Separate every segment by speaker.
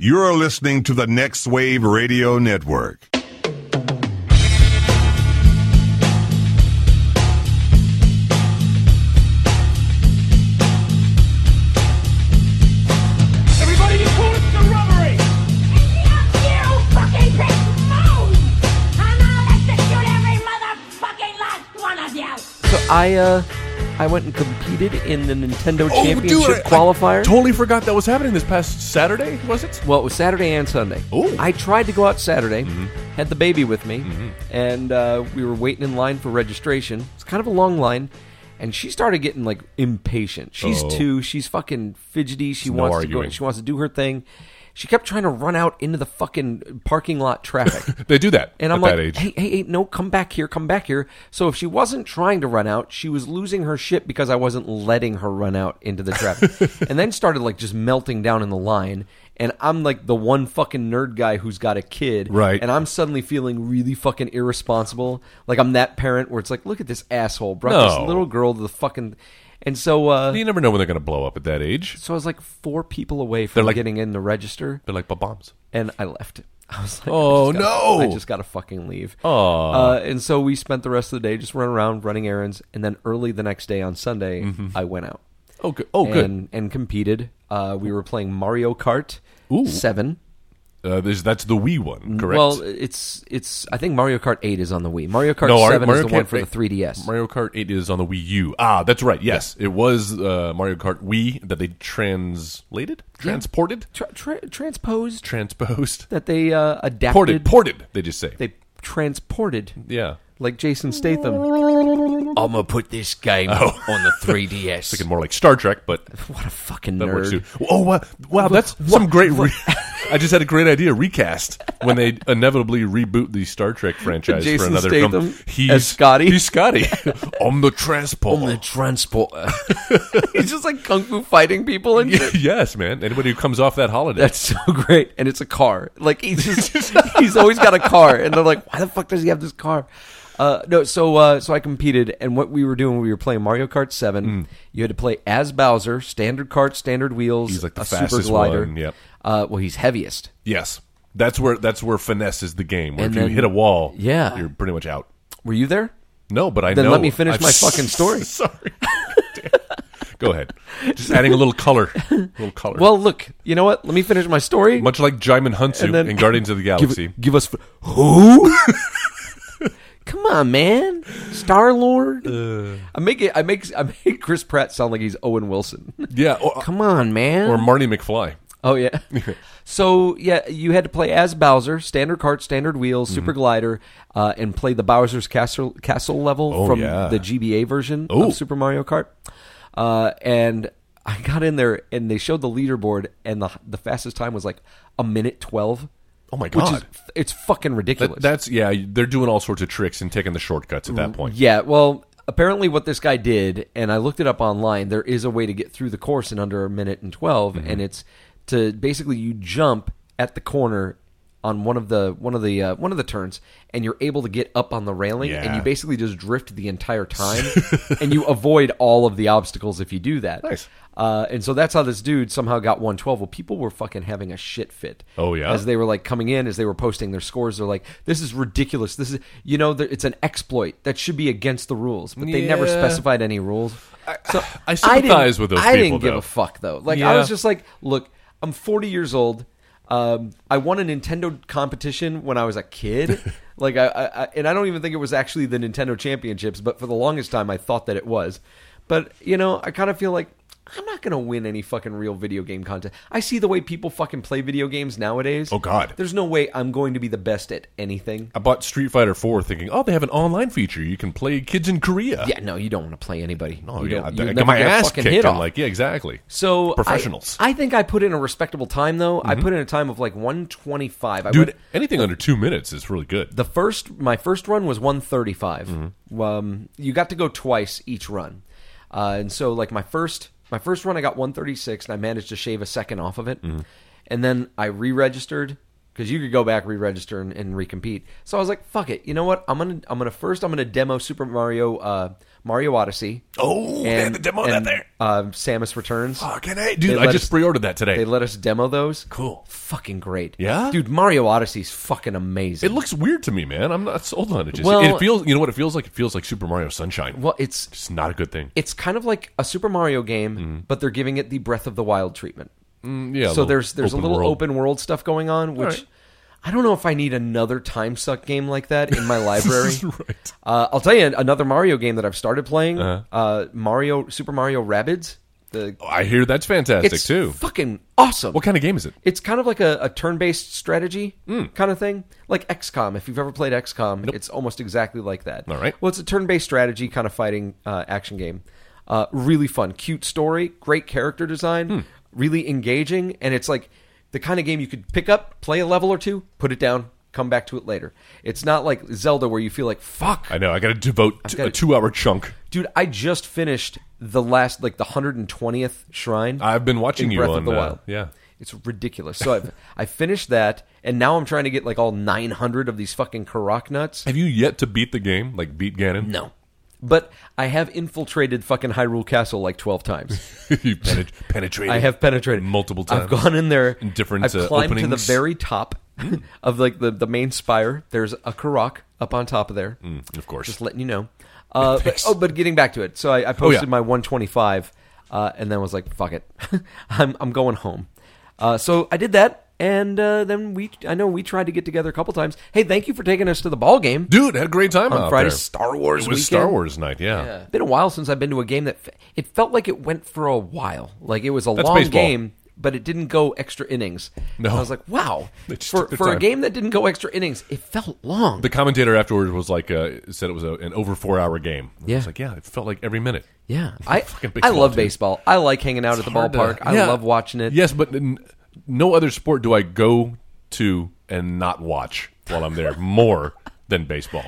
Speaker 1: You're listening to the Next Wave Radio Network.
Speaker 2: Everybody, you call it the robbery!
Speaker 3: So I uh I went and competed in the Nintendo
Speaker 4: Oh, dude,
Speaker 3: Championship
Speaker 4: I- I
Speaker 3: qualifier.
Speaker 4: totally forgot that was happening this past Saturday, was it?
Speaker 3: well, it was Saturday and Sunday.
Speaker 4: Ooh. Mm-hmm.
Speaker 3: I tried to go out Saturday, had the baby with me, and uh, we were waiting in line for registration. It's kind of a long line, and she started getting like impatient. She's
Speaker 4: Oh.
Speaker 3: two. She's fucking fidgety. She
Speaker 4: no
Speaker 3: wants to go.
Speaker 4: arguing.
Speaker 3: She wants to do her thing. She kept trying to run out into the fucking parking lot traffic.
Speaker 4: They do that
Speaker 3: And I'm
Speaker 4: at
Speaker 3: like,
Speaker 4: that age.
Speaker 3: hey, hey, hey, no, come back here, come back here. So if she wasn't trying to run out, she was losing her shit because I wasn't letting her run out into the traffic. and then started like just melting down in the line. And I'm like the one fucking nerd guy who's got a kid.
Speaker 4: Right.
Speaker 3: And I'm suddenly feeling really fucking irresponsible. Like I'm that parent where it's like, look at this asshole, brought
Speaker 4: No.
Speaker 3: this little girl to the fucking. And so, uh,
Speaker 4: You never know when they're going to blow up at that age.
Speaker 3: so I was like four people away from
Speaker 4: like-
Speaker 3: getting in to register
Speaker 4: They're like bombs.
Speaker 3: and I left. I was like,
Speaker 4: Oh,
Speaker 3: I just gotta-
Speaker 4: no.
Speaker 3: I just gotta fucking leave. Uh, and so we spent the rest of the day just running around, running errands, and then early the next day on Sunday, I went out
Speaker 4: Oh, good. Mm-hmm. Oh, good.
Speaker 3: and and competed. Uh, we were playing Mario Kart
Speaker 4: Ooh.
Speaker 3: Seven.
Speaker 4: Uh, there's, that's the Wii one, correct?
Speaker 3: Well, it's it's I think Mario Kart Eight is on the Wii. Mario Kart
Speaker 4: all right,
Speaker 3: Seven is the one
Speaker 4: Kart
Speaker 3: for the
Speaker 4: eight-
Speaker 3: 3DS.
Speaker 4: Mario Kart 8 is on the Wii U. Ah, that's right. Yes, it was uh, Mario Kart Wii that they translated, transported,
Speaker 3: Tra- tra- transposed
Speaker 4: transposed,
Speaker 3: that they uh, adapted.
Speaker 4: ported, ported. They just say.
Speaker 3: They transported
Speaker 4: yeah.
Speaker 3: like Jason Statham.
Speaker 5: I'm gonna put this game on the 3DS.
Speaker 4: Thinking more like Star Trek, but
Speaker 3: What a fucking
Speaker 4: That works
Speaker 3: nerd!
Speaker 4: too. Oh wow, wow that's some great. Re- I just had a great idea. Recast when they inevitably reboot the Star Trek franchise for
Speaker 3: Jason
Speaker 4: another film.
Speaker 3: Statham as Scotty?
Speaker 4: He's Scotty on the transport.
Speaker 5: on the transporter.
Speaker 3: He's just like kung fu fighting people and shit.
Speaker 4: yes, man. Anybody who comes off that holiday,
Speaker 3: That's so great. And it's a car. Like he's just he's always got a car. And they're like, why the fuck does he have this car? Uh, no, so uh, so I competed, and what we were doing, we were playing Mario Kart
Speaker 4: Hmm.
Speaker 3: Seven. You had to play as Bowser, standard cart, standard wheels.
Speaker 4: He's like the
Speaker 3: a super
Speaker 4: fastest
Speaker 3: glider.
Speaker 4: one, yep.
Speaker 3: Uh, well, he's heaviest.
Speaker 4: yes, that's where that's where finesse is the game. Where
Speaker 3: And
Speaker 4: if
Speaker 3: then-
Speaker 4: you hit a wall,
Speaker 3: Yeah.
Speaker 4: you're pretty much out.
Speaker 3: Were you there?
Speaker 4: No, but I
Speaker 3: Then
Speaker 4: know.
Speaker 3: let me finish my fucking story.
Speaker 4: Sorry. Damn. Go ahead. Just adding a little color. A little color.
Speaker 3: Well, look. You know what? Let me finish my story.
Speaker 4: much like Jaimon Huntsu
Speaker 3: And then-
Speaker 4: in Guardians of the
Speaker 3: give,
Speaker 4: Galaxy.
Speaker 3: give us f- who? Come on, man, Star Lord.
Speaker 4: Uh.
Speaker 3: I make it. I make. I make Chris Pratt sound like he's Owen Wilson.
Speaker 4: yeah, oh, or,
Speaker 3: Come on, man.
Speaker 4: or Marty McFly.
Speaker 3: oh yeah. so yeah, you had to play as Bowser, standard cart, standard wheels,
Speaker 4: Mm-hmm.
Speaker 3: super glider, uh, and play the Bowser's castle castle level
Speaker 4: Oh,
Speaker 3: from
Speaker 4: yeah.
Speaker 3: the GBA version
Speaker 4: Ooh.
Speaker 3: of Super Mario Kart. Uh, and I got in there, and they showed the leaderboard, and the the fastest time was like a minute twelve.
Speaker 4: Oh my
Speaker 3: Which is,
Speaker 4: God.
Speaker 3: it's fucking ridiculous.
Speaker 4: That, that's yeah. They're doing all sorts of tricks and taking the shortcuts at that point.
Speaker 3: Mm-hmm. Yeah, well, apparently what this guy did, and I looked it up online, there is a way to get through the course in under a minute and 12,
Speaker 4: Mm-hmm.
Speaker 3: and it's to basically you jump at the corner on one of the one of the uh, one of the turns and you're able to get up on the railing and
Speaker 4: Yeah.
Speaker 3: you basically just drift the entire time and you avoid all of the obstacles if you do that.
Speaker 4: Nice.
Speaker 3: Uh, and so that's how this dude somehow got 112. Well, people were fucking having a shit fit.
Speaker 4: Oh, yeah?
Speaker 3: As they were like coming in, as they were posting their scores, they're like, "This is ridiculous. This is you know, there- it's an exploit that should be against the rules." But they never
Speaker 4: Yeah.
Speaker 3: specified any rules. So
Speaker 4: I
Speaker 3: didn't-
Speaker 4: sympathize with those
Speaker 3: I
Speaker 4: people,
Speaker 3: didn't give
Speaker 4: though.
Speaker 3: a fuck though. Like I
Speaker 4: Yeah.
Speaker 3: was just like, "Look, I'm 40 years old. Um, I won a Nintendo competition when I was a kid." like I, I, I, and I don't even think it was actually the Nintendo Championships, but for the longest time, I thought that it was. But you know, I kind of feel like I'm not gonna win any fucking real video game contest. I see the way people fucking play video games nowadays.
Speaker 4: Oh, God.
Speaker 3: there's no way I'm going to be the best at anything.
Speaker 4: I bought Street Fighter Four, thinking, oh, they have an online feature. You can play kids in Korea.
Speaker 3: Yeah, no, you don't want to play anybody.
Speaker 4: Oh
Speaker 3: you
Speaker 4: yeah,
Speaker 3: don't,
Speaker 4: I
Speaker 3: you'll
Speaker 4: got
Speaker 3: never
Speaker 4: my
Speaker 3: get a
Speaker 4: ass
Speaker 3: fucking
Speaker 4: kicked.
Speaker 3: hit
Speaker 4: I'm
Speaker 3: off.
Speaker 4: like, yeah, exactly.
Speaker 3: So I-
Speaker 4: professionals. Mm-hmm.
Speaker 3: I, think I put in a respectable time though. I put in a time of like 125. I
Speaker 4: Dude,
Speaker 3: went-
Speaker 4: anything under two minutes is really good.
Speaker 3: the first my first run was 135.
Speaker 4: Mm-hmm.
Speaker 3: Um, you got to go twice each run, uh, and so like my first my
Speaker 4: Mm-hmm.
Speaker 3: first run I got 136 and I managed to shave a second off of it, and then I re-registered because you could go back re-register and, and recompete. So I was like, fuck it. You know what? I'm gonna I'm gonna first I'm gonna demo Super Mario uh, Mario Odyssey.
Speaker 4: Oh, they had to demo that there.
Speaker 3: Um, Samus Returns.
Speaker 4: Fucking hey,
Speaker 3: They
Speaker 4: dude!
Speaker 3: let
Speaker 4: I just
Speaker 3: us-
Speaker 4: pre-ordered that today.
Speaker 3: They let us demo those.
Speaker 4: Cool.
Speaker 3: Fucking great.
Speaker 4: Yeah?
Speaker 3: Dude, Mario Odyssey's fucking amazing.
Speaker 4: it looks weird to me, man. I'm not sold on it. Just
Speaker 3: Well-
Speaker 4: it feels. You know what it feels like? It feels like Super Mario Sunshine.
Speaker 3: well, it's
Speaker 4: It's not a good thing.
Speaker 3: it's kind of like a Super Mario game, but they're giving it the Breath of the Wild treatment.
Speaker 4: Mm-hmm. yeah.
Speaker 3: so there's there's a little
Speaker 4: world.
Speaker 3: open world stuff going on, which
Speaker 4: right.
Speaker 3: I don't know if I need another time suck game like that in my library.
Speaker 4: Right.
Speaker 3: uh, I'll tell you another Mario game that I've started playing, uh
Speaker 4: Uh-huh.
Speaker 3: Mario Super Mario Rabbids. The
Speaker 4: I hear that's fantastic
Speaker 3: it's
Speaker 4: too.
Speaker 3: fucking awesome.
Speaker 4: what kind of game is it?
Speaker 3: It's kind of like a, a turn-based strategy
Speaker 4: Hmm.
Speaker 3: kind of thing, like XCOM. If you've ever played XCOM, it's almost exactly like that.
Speaker 4: All right.
Speaker 3: Well, it's a turn-based strategy kind of fighting uh, action game. Uh, really fun, cute story, great character design,
Speaker 4: Hmm.
Speaker 3: really engaging, and it's like the kind of game you could pick up, play a level or two, put it down, come back to it later. It's not like Zelda where you feel like fuck,
Speaker 4: I know. I got to devote t-
Speaker 3: got
Speaker 4: a
Speaker 3: it.
Speaker 4: two-hour chunk.
Speaker 3: dude. I just finished the last like the hundred and twentieth shrine.
Speaker 4: I've been watching
Speaker 3: in
Speaker 4: you
Speaker 3: Breath
Speaker 4: on
Speaker 3: of the
Speaker 4: uh,
Speaker 3: Wild.
Speaker 4: yeah.
Speaker 3: It's ridiculous. So I've, I finished that, and now I'm trying to get like all 900 of these fucking Karak nuts.
Speaker 4: Have you yet to beat the game? Like beat Ganon?
Speaker 3: No. But I have infiltrated fucking Hyrule Castle like 12 times.
Speaker 4: you penet- penetrated.
Speaker 3: I have penetrated.
Speaker 4: multiple times.
Speaker 3: I've gone in there.
Speaker 4: In different,
Speaker 3: I've
Speaker 4: uh,
Speaker 3: climbed to the
Speaker 4: openings. Hmm.
Speaker 3: very top of like the, the main spire. There's a Karak up on top of there.
Speaker 4: of course.
Speaker 3: Just letting you know. Uh, but, oh, but getting back to it. So I, I posted my 125 uh, and then was like, fuck it. I'm, I'm going home. Uh, so I did that. And uh, then we, I know we tried to get together a couple times. Hey, thank you for taking us to the ball game.
Speaker 4: Dude, had a great time
Speaker 3: on
Speaker 4: out
Speaker 3: Friday,
Speaker 4: there.
Speaker 3: Star Wars
Speaker 4: It was
Speaker 3: weekend.
Speaker 4: Star Wars night. Yeah.
Speaker 3: It's been a while since I've been to a game that f- it felt like it went for a while. Like it was a
Speaker 4: That's
Speaker 3: long
Speaker 4: baseball.
Speaker 3: game, but it didn't go extra innings.
Speaker 4: No.
Speaker 3: And I was like, wow.
Speaker 4: They just
Speaker 3: For,
Speaker 4: took their
Speaker 3: for a
Speaker 4: time.
Speaker 3: game that didn't go extra innings, it felt long.
Speaker 4: The commentator afterwards was like, uh, said it was a, an over four hour game.
Speaker 3: Yeah.
Speaker 4: I was like, yeah, it felt like every minute.
Speaker 3: yeah, I
Speaker 4: Fucking
Speaker 3: I
Speaker 4: baseball,
Speaker 3: love
Speaker 4: dude.
Speaker 3: baseball. I like hanging out at the
Speaker 4: Hard to-
Speaker 3: ballpark. I
Speaker 4: Yeah.
Speaker 3: love watching it.
Speaker 4: Yes, but n- no other sport do I go to and not watch while I'm there more than baseball.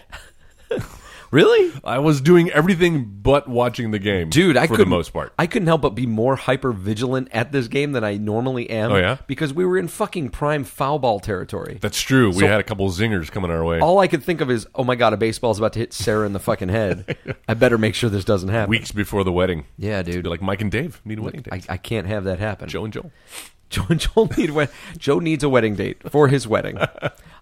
Speaker 3: Really?
Speaker 4: I was doing everything but watching the game,
Speaker 3: Dude, I
Speaker 4: for the
Speaker 3: couldn't-
Speaker 4: most part.
Speaker 3: I couldn't help but be more hyper vigilant at this game than I normally am.
Speaker 4: Oh, yeah?
Speaker 3: because we were in fucking prime foul ball territory.
Speaker 4: That's true. We had a couple of zingers coming our way.
Speaker 3: all I could think of is, oh my god, a baseball's about to hit Sarah in the fucking head. I better make sure this doesn't happen.
Speaker 4: weeks before the wedding.
Speaker 3: Yeah,
Speaker 4: Just
Speaker 3: dude.
Speaker 4: be like Mike and Dave need a wedding
Speaker 3: I,
Speaker 4: date.
Speaker 3: I can't have that happen.
Speaker 4: Joe and Joel.
Speaker 3: Joe, Joel need a wed- Joe needs a wedding date for his wedding.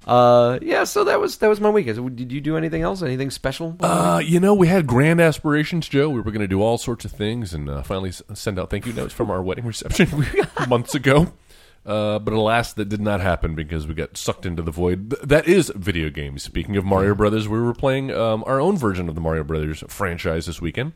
Speaker 3: Uh, yeah, so that was that was my weekend. Did you do anything else? Anything special?
Speaker 4: Uh, you know, we had grand aspirations, Joe. We were going to do all sorts of things and uh, finally s- send out thank you notes from our wedding reception months ago. Uh, but alas, that did not happen because we got sucked into the void. Th- that is video games. Speaking of Mario Brothers, we were playing um, our own version of the Mario Brothers franchise this weekend,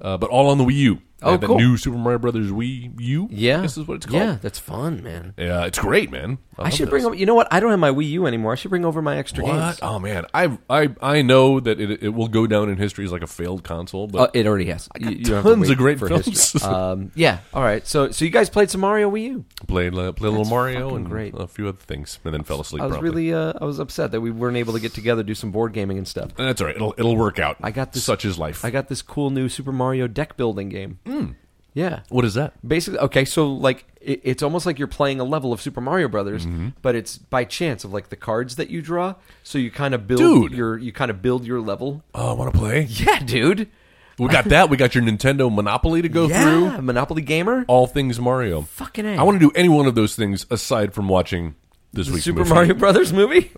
Speaker 4: uh, but all on the Wii U. They
Speaker 3: Oh,
Speaker 4: had
Speaker 3: cool.
Speaker 4: That new Super Mario Brothers Wii U.
Speaker 3: yeah,
Speaker 4: this is what it's called.
Speaker 3: Yeah, that's fun, man.
Speaker 4: Yeah, it's great, man.
Speaker 3: I
Speaker 4: love
Speaker 3: should bring
Speaker 4: this.
Speaker 3: over. You know what? I don't have my Wii U anymore. I should bring over my extra
Speaker 4: What?
Speaker 3: games.
Speaker 4: Oh man, I I I know that it, it will go down in history as like a failed console, but
Speaker 3: Uh, it already has. You, you don't have to
Speaker 4: tons
Speaker 3: wait
Speaker 4: of great
Speaker 3: for
Speaker 4: films.
Speaker 3: history. Um, yeah. All right. So so you guys played some Mario Wii U.
Speaker 4: played uh, played a little Mario
Speaker 3: fucking
Speaker 4: and
Speaker 3: great.
Speaker 4: a few other things, and then fell asleep.
Speaker 3: I was
Speaker 4: promptly.
Speaker 3: really uh, I was upset that we weren't able to get together, do some board gaming and stuff.
Speaker 4: That's all right. It'll it'll work out.
Speaker 3: I got this-
Speaker 4: Such is life. Hmm.
Speaker 3: I got this cool new Super Mario deck building game. Yeah.
Speaker 4: What is that?
Speaker 3: basically okay so like it, it's almost like you're playing a level of super mario brothers
Speaker 4: Mm-hmm.
Speaker 3: but it's by chance of like the cards that you draw so you kind of build
Speaker 4: Dude.
Speaker 3: your you kind of build your level
Speaker 4: Oh, I want to play.
Speaker 3: yeah dude
Speaker 4: We got that. We got your Nintendo Monopoly to go
Speaker 3: yeah
Speaker 4: through.
Speaker 3: monopoly gamer
Speaker 4: All things Mario.
Speaker 3: fucking A.
Speaker 4: I want to do any one of those things aside from watching this
Speaker 3: the
Speaker 4: week's
Speaker 3: super
Speaker 4: movie.
Speaker 3: mario brothers movie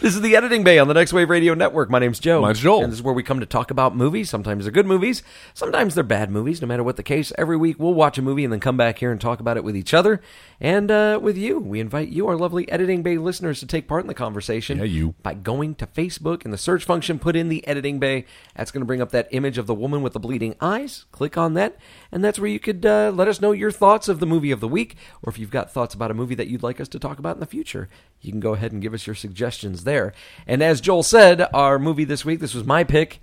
Speaker 3: this is the editing bay on the next wave radio network my name's joe
Speaker 4: Mine's Joel.
Speaker 3: and this is where we come to talk about movies sometimes they're good movies sometimes they're bad movies no matter what the case every week we'll watch a movie and then come back here and talk about it with each other and uh, with you we invite you our lovely editing bay listeners to take part in the conversation
Speaker 4: Yeah, you.
Speaker 3: by going to Facebook in the search function, put in the editing bay. That's going to bring up that image of the woman with the bleeding eyes. Click on that, and that's where you could uh, let us know your thoughts of the movie of the week, or if you've got thoughts about a movie that you'd like us to talk about in the future. You can go ahead and give us your suggestions there. And as Joel said, our movie this week, this was my pick,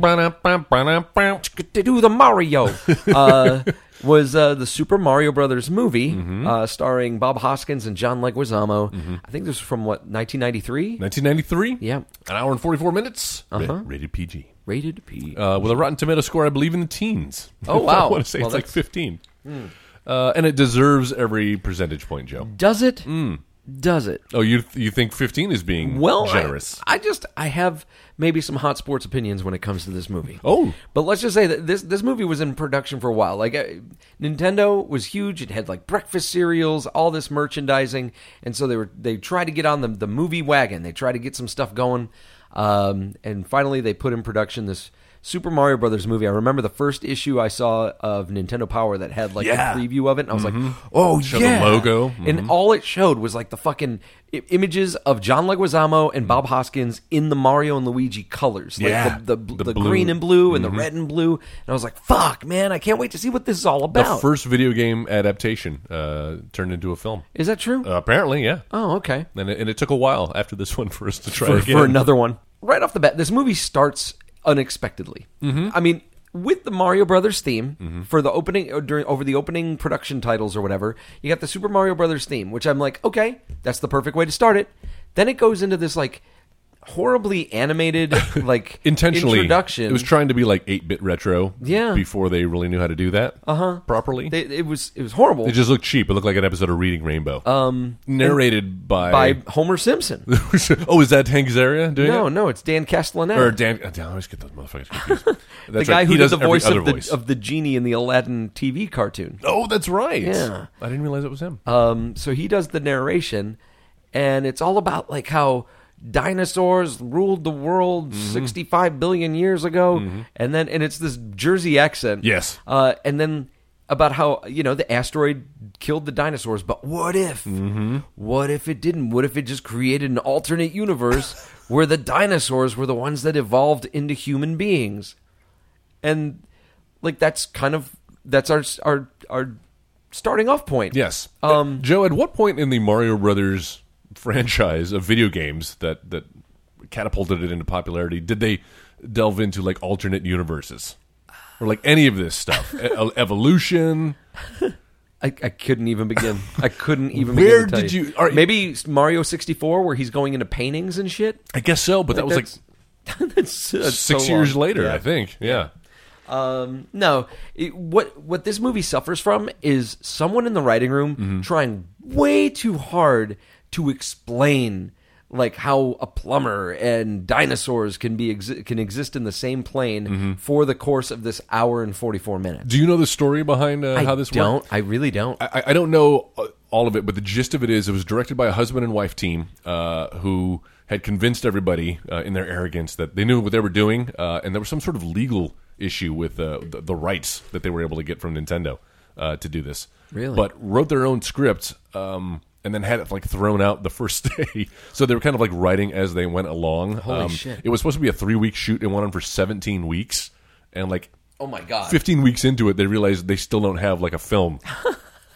Speaker 4: Ba-da-ba-ba-da-ba.
Speaker 3: to do the Mario. Uh, Was uh, the Super Mario Brothers movie uh, starring Bob Hoskins and John Leguizamo? I think this was from what 1993.
Speaker 4: 1993.
Speaker 3: Yeah. Uh-huh.
Speaker 4: An hour and 44 minutes. Ra- rated PG.
Speaker 3: Rated P.
Speaker 4: uh, with a Rotten Tomato score, I believe, in the teens.
Speaker 3: Oh, wow.
Speaker 4: I want to say
Speaker 3: Well,
Speaker 4: it's like
Speaker 3: that's- Hmm.
Speaker 4: 15. Uh, and it deserves every percentage point, Joe.
Speaker 3: Does it? does it.
Speaker 4: Oh, you you think 15 is being
Speaker 3: Mm. Well, I-
Speaker 4: generous?
Speaker 3: I, just I have maybe some hot sports opinions when it comes to this movie.
Speaker 4: Oh.
Speaker 3: but let's just say that this this movie was in production for a while. Like uh, Nintendo was huge; it had like breakfast cereals, all this merchandising, and so they were they tried to get on the the movie wagon. They tried to get some stuff going, um, and finally they put in production this. Super Mario Brothers movie. I remember the first issue I saw of Nintendo Power that had like
Speaker 4: Yeah. Mm-hmm.
Speaker 3: a preview of it, and I was like, "Oh
Speaker 4: Show the
Speaker 3: yeah!"
Speaker 4: logo. Mm-hmm.
Speaker 3: And all it showed was like the fucking i- images of John Leguizamo and Bob Hoskins in the Mario and Luigi colors, like
Speaker 4: Yeah.
Speaker 3: the, the,
Speaker 4: The
Speaker 3: the,
Speaker 4: blue. Mm-hmm.
Speaker 3: green and blue and the red and blue. And I was like, "Fuck, man! I can't wait to see what this is all
Speaker 4: The
Speaker 3: about."
Speaker 4: first video game adaptation uh, turned into a film.
Speaker 3: is that true?
Speaker 4: Uh, apparently, yeah.
Speaker 3: oh, okay.
Speaker 4: And it, and it took a while after this one for us to try
Speaker 3: for,
Speaker 4: again.
Speaker 3: for another one. Right off the bat, this movie starts unexpectedly.
Speaker 4: Mm-hmm.
Speaker 3: I mean, with the Mario Brothers theme for the opening or during over the opening production titles or whatever, you got the Super Mario Brothers theme, which I'm like, okay, that's the perfect way to start it. Then it goes into this like horribly animated like
Speaker 4: intentionally
Speaker 3: introduction.
Speaker 4: It was trying to be like 8-bit retro.
Speaker 3: Yeah. Uh-huh.
Speaker 4: Before they really knew how to do that. Uh huh. Properly.
Speaker 3: They- it was it was horrible
Speaker 4: it just looked cheap. It looked like an episode of Reading Rainbow. Um, narrated by.
Speaker 3: by Homer Simpson.
Speaker 4: oh, is that Hank Zaria doing
Speaker 3: no,
Speaker 4: it?
Speaker 3: no, it's Dan Castellaneta.
Speaker 4: Or Dan? uh, I always get those motherfuckers confused.
Speaker 3: the
Speaker 4: That's
Speaker 3: guy
Speaker 4: right.
Speaker 3: who
Speaker 4: he
Speaker 3: did
Speaker 4: does
Speaker 3: the
Speaker 4: every
Speaker 3: voice
Speaker 4: other
Speaker 3: of the
Speaker 4: voice.
Speaker 3: of the genie in the Aladdin TV cartoon.
Speaker 4: Oh, that's right.
Speaker 3: Yeah.
Speaker 4: I didn't realize it was him.
Speaker 3: Um, so he does the narration, and it's all about like how dinosaurs ruled the world
Speaker 4: Mm-hmm.
Speaker 3: 65 billion years ago, and then and it's this Jersey accent.
Speaker 4: Yes.
Speaker 3: uh, and then about how you know the asteroid killed the dinosaurs, but what if?
Speaker 4: Mm-hmm.
Speaker 3: What if it didn't? What if it just created an alternate universe where the dinosaurs were the ones that evolved into human beings? And like that's kind of that's our our our starting off point.
Speaker 4: Yes. Um, Joe, at what point in the Mario Brothers franchise of video games that that catapulted it into popularity did they delve into like alternate universes or like any of this stuff? E- evolution.
Speaker 3: I, I couldn't even begin. I couldn't even.
Speaker 4: Where
Speaker 3: begin to tell
Speaker 4: did you- are-
Speaker 3: Maybe Mario sixty four, where he's going into paintings and shit.
Speaker 4: I guess so, but that was like
Speaker 3: like that's, that's
Speaker 4: six
Speaker 3: so
Speaker 4: years
Speaker 3: long.
Speaker 4: later.
Speaker 3: Yeah.
Speaker 4: I think. Yeah.
Speaker 3: Um, no, it, what what this movie suffers from is someone in the writing room
Speaker 4: Mm-hmm.
Speaker 3: trying way too hard to explain like how a plumber and dinosaurs can be exi- can exist in the same plane
Speaker 4: Mm-hmm.
Speaker 3: for the course of this hour and forty four minutes.
Speaker 4: Do you know the story behind uh, how this
Speaker 3: I don't.
Speaker 4: worked?
Speaker 3: I really don't.
Speaker 4: I, I don't know uh, all of it, but the gist of it is it was directed by a husband and wife team uh, who had convinced everybody uh, in their arrogance that they knew what they were doing, uh, and there was some sort of legal issue with uh, the, the rights that they were able to get from Nintendo uh, to do this.
Speaker 3: Really?
Speaker 4: But wrote their own script um, and then had it like thrown out the first day. so they were kind of like writing as they went along. Holy
Speaker 3: shit.
Speaker 4: It was supposed to be a three week shoot. It went on for 17 weeks. And like
Speaker 3: oh my god.
Speaker 4: 15 weeks into it, they realized they still don't have like a film.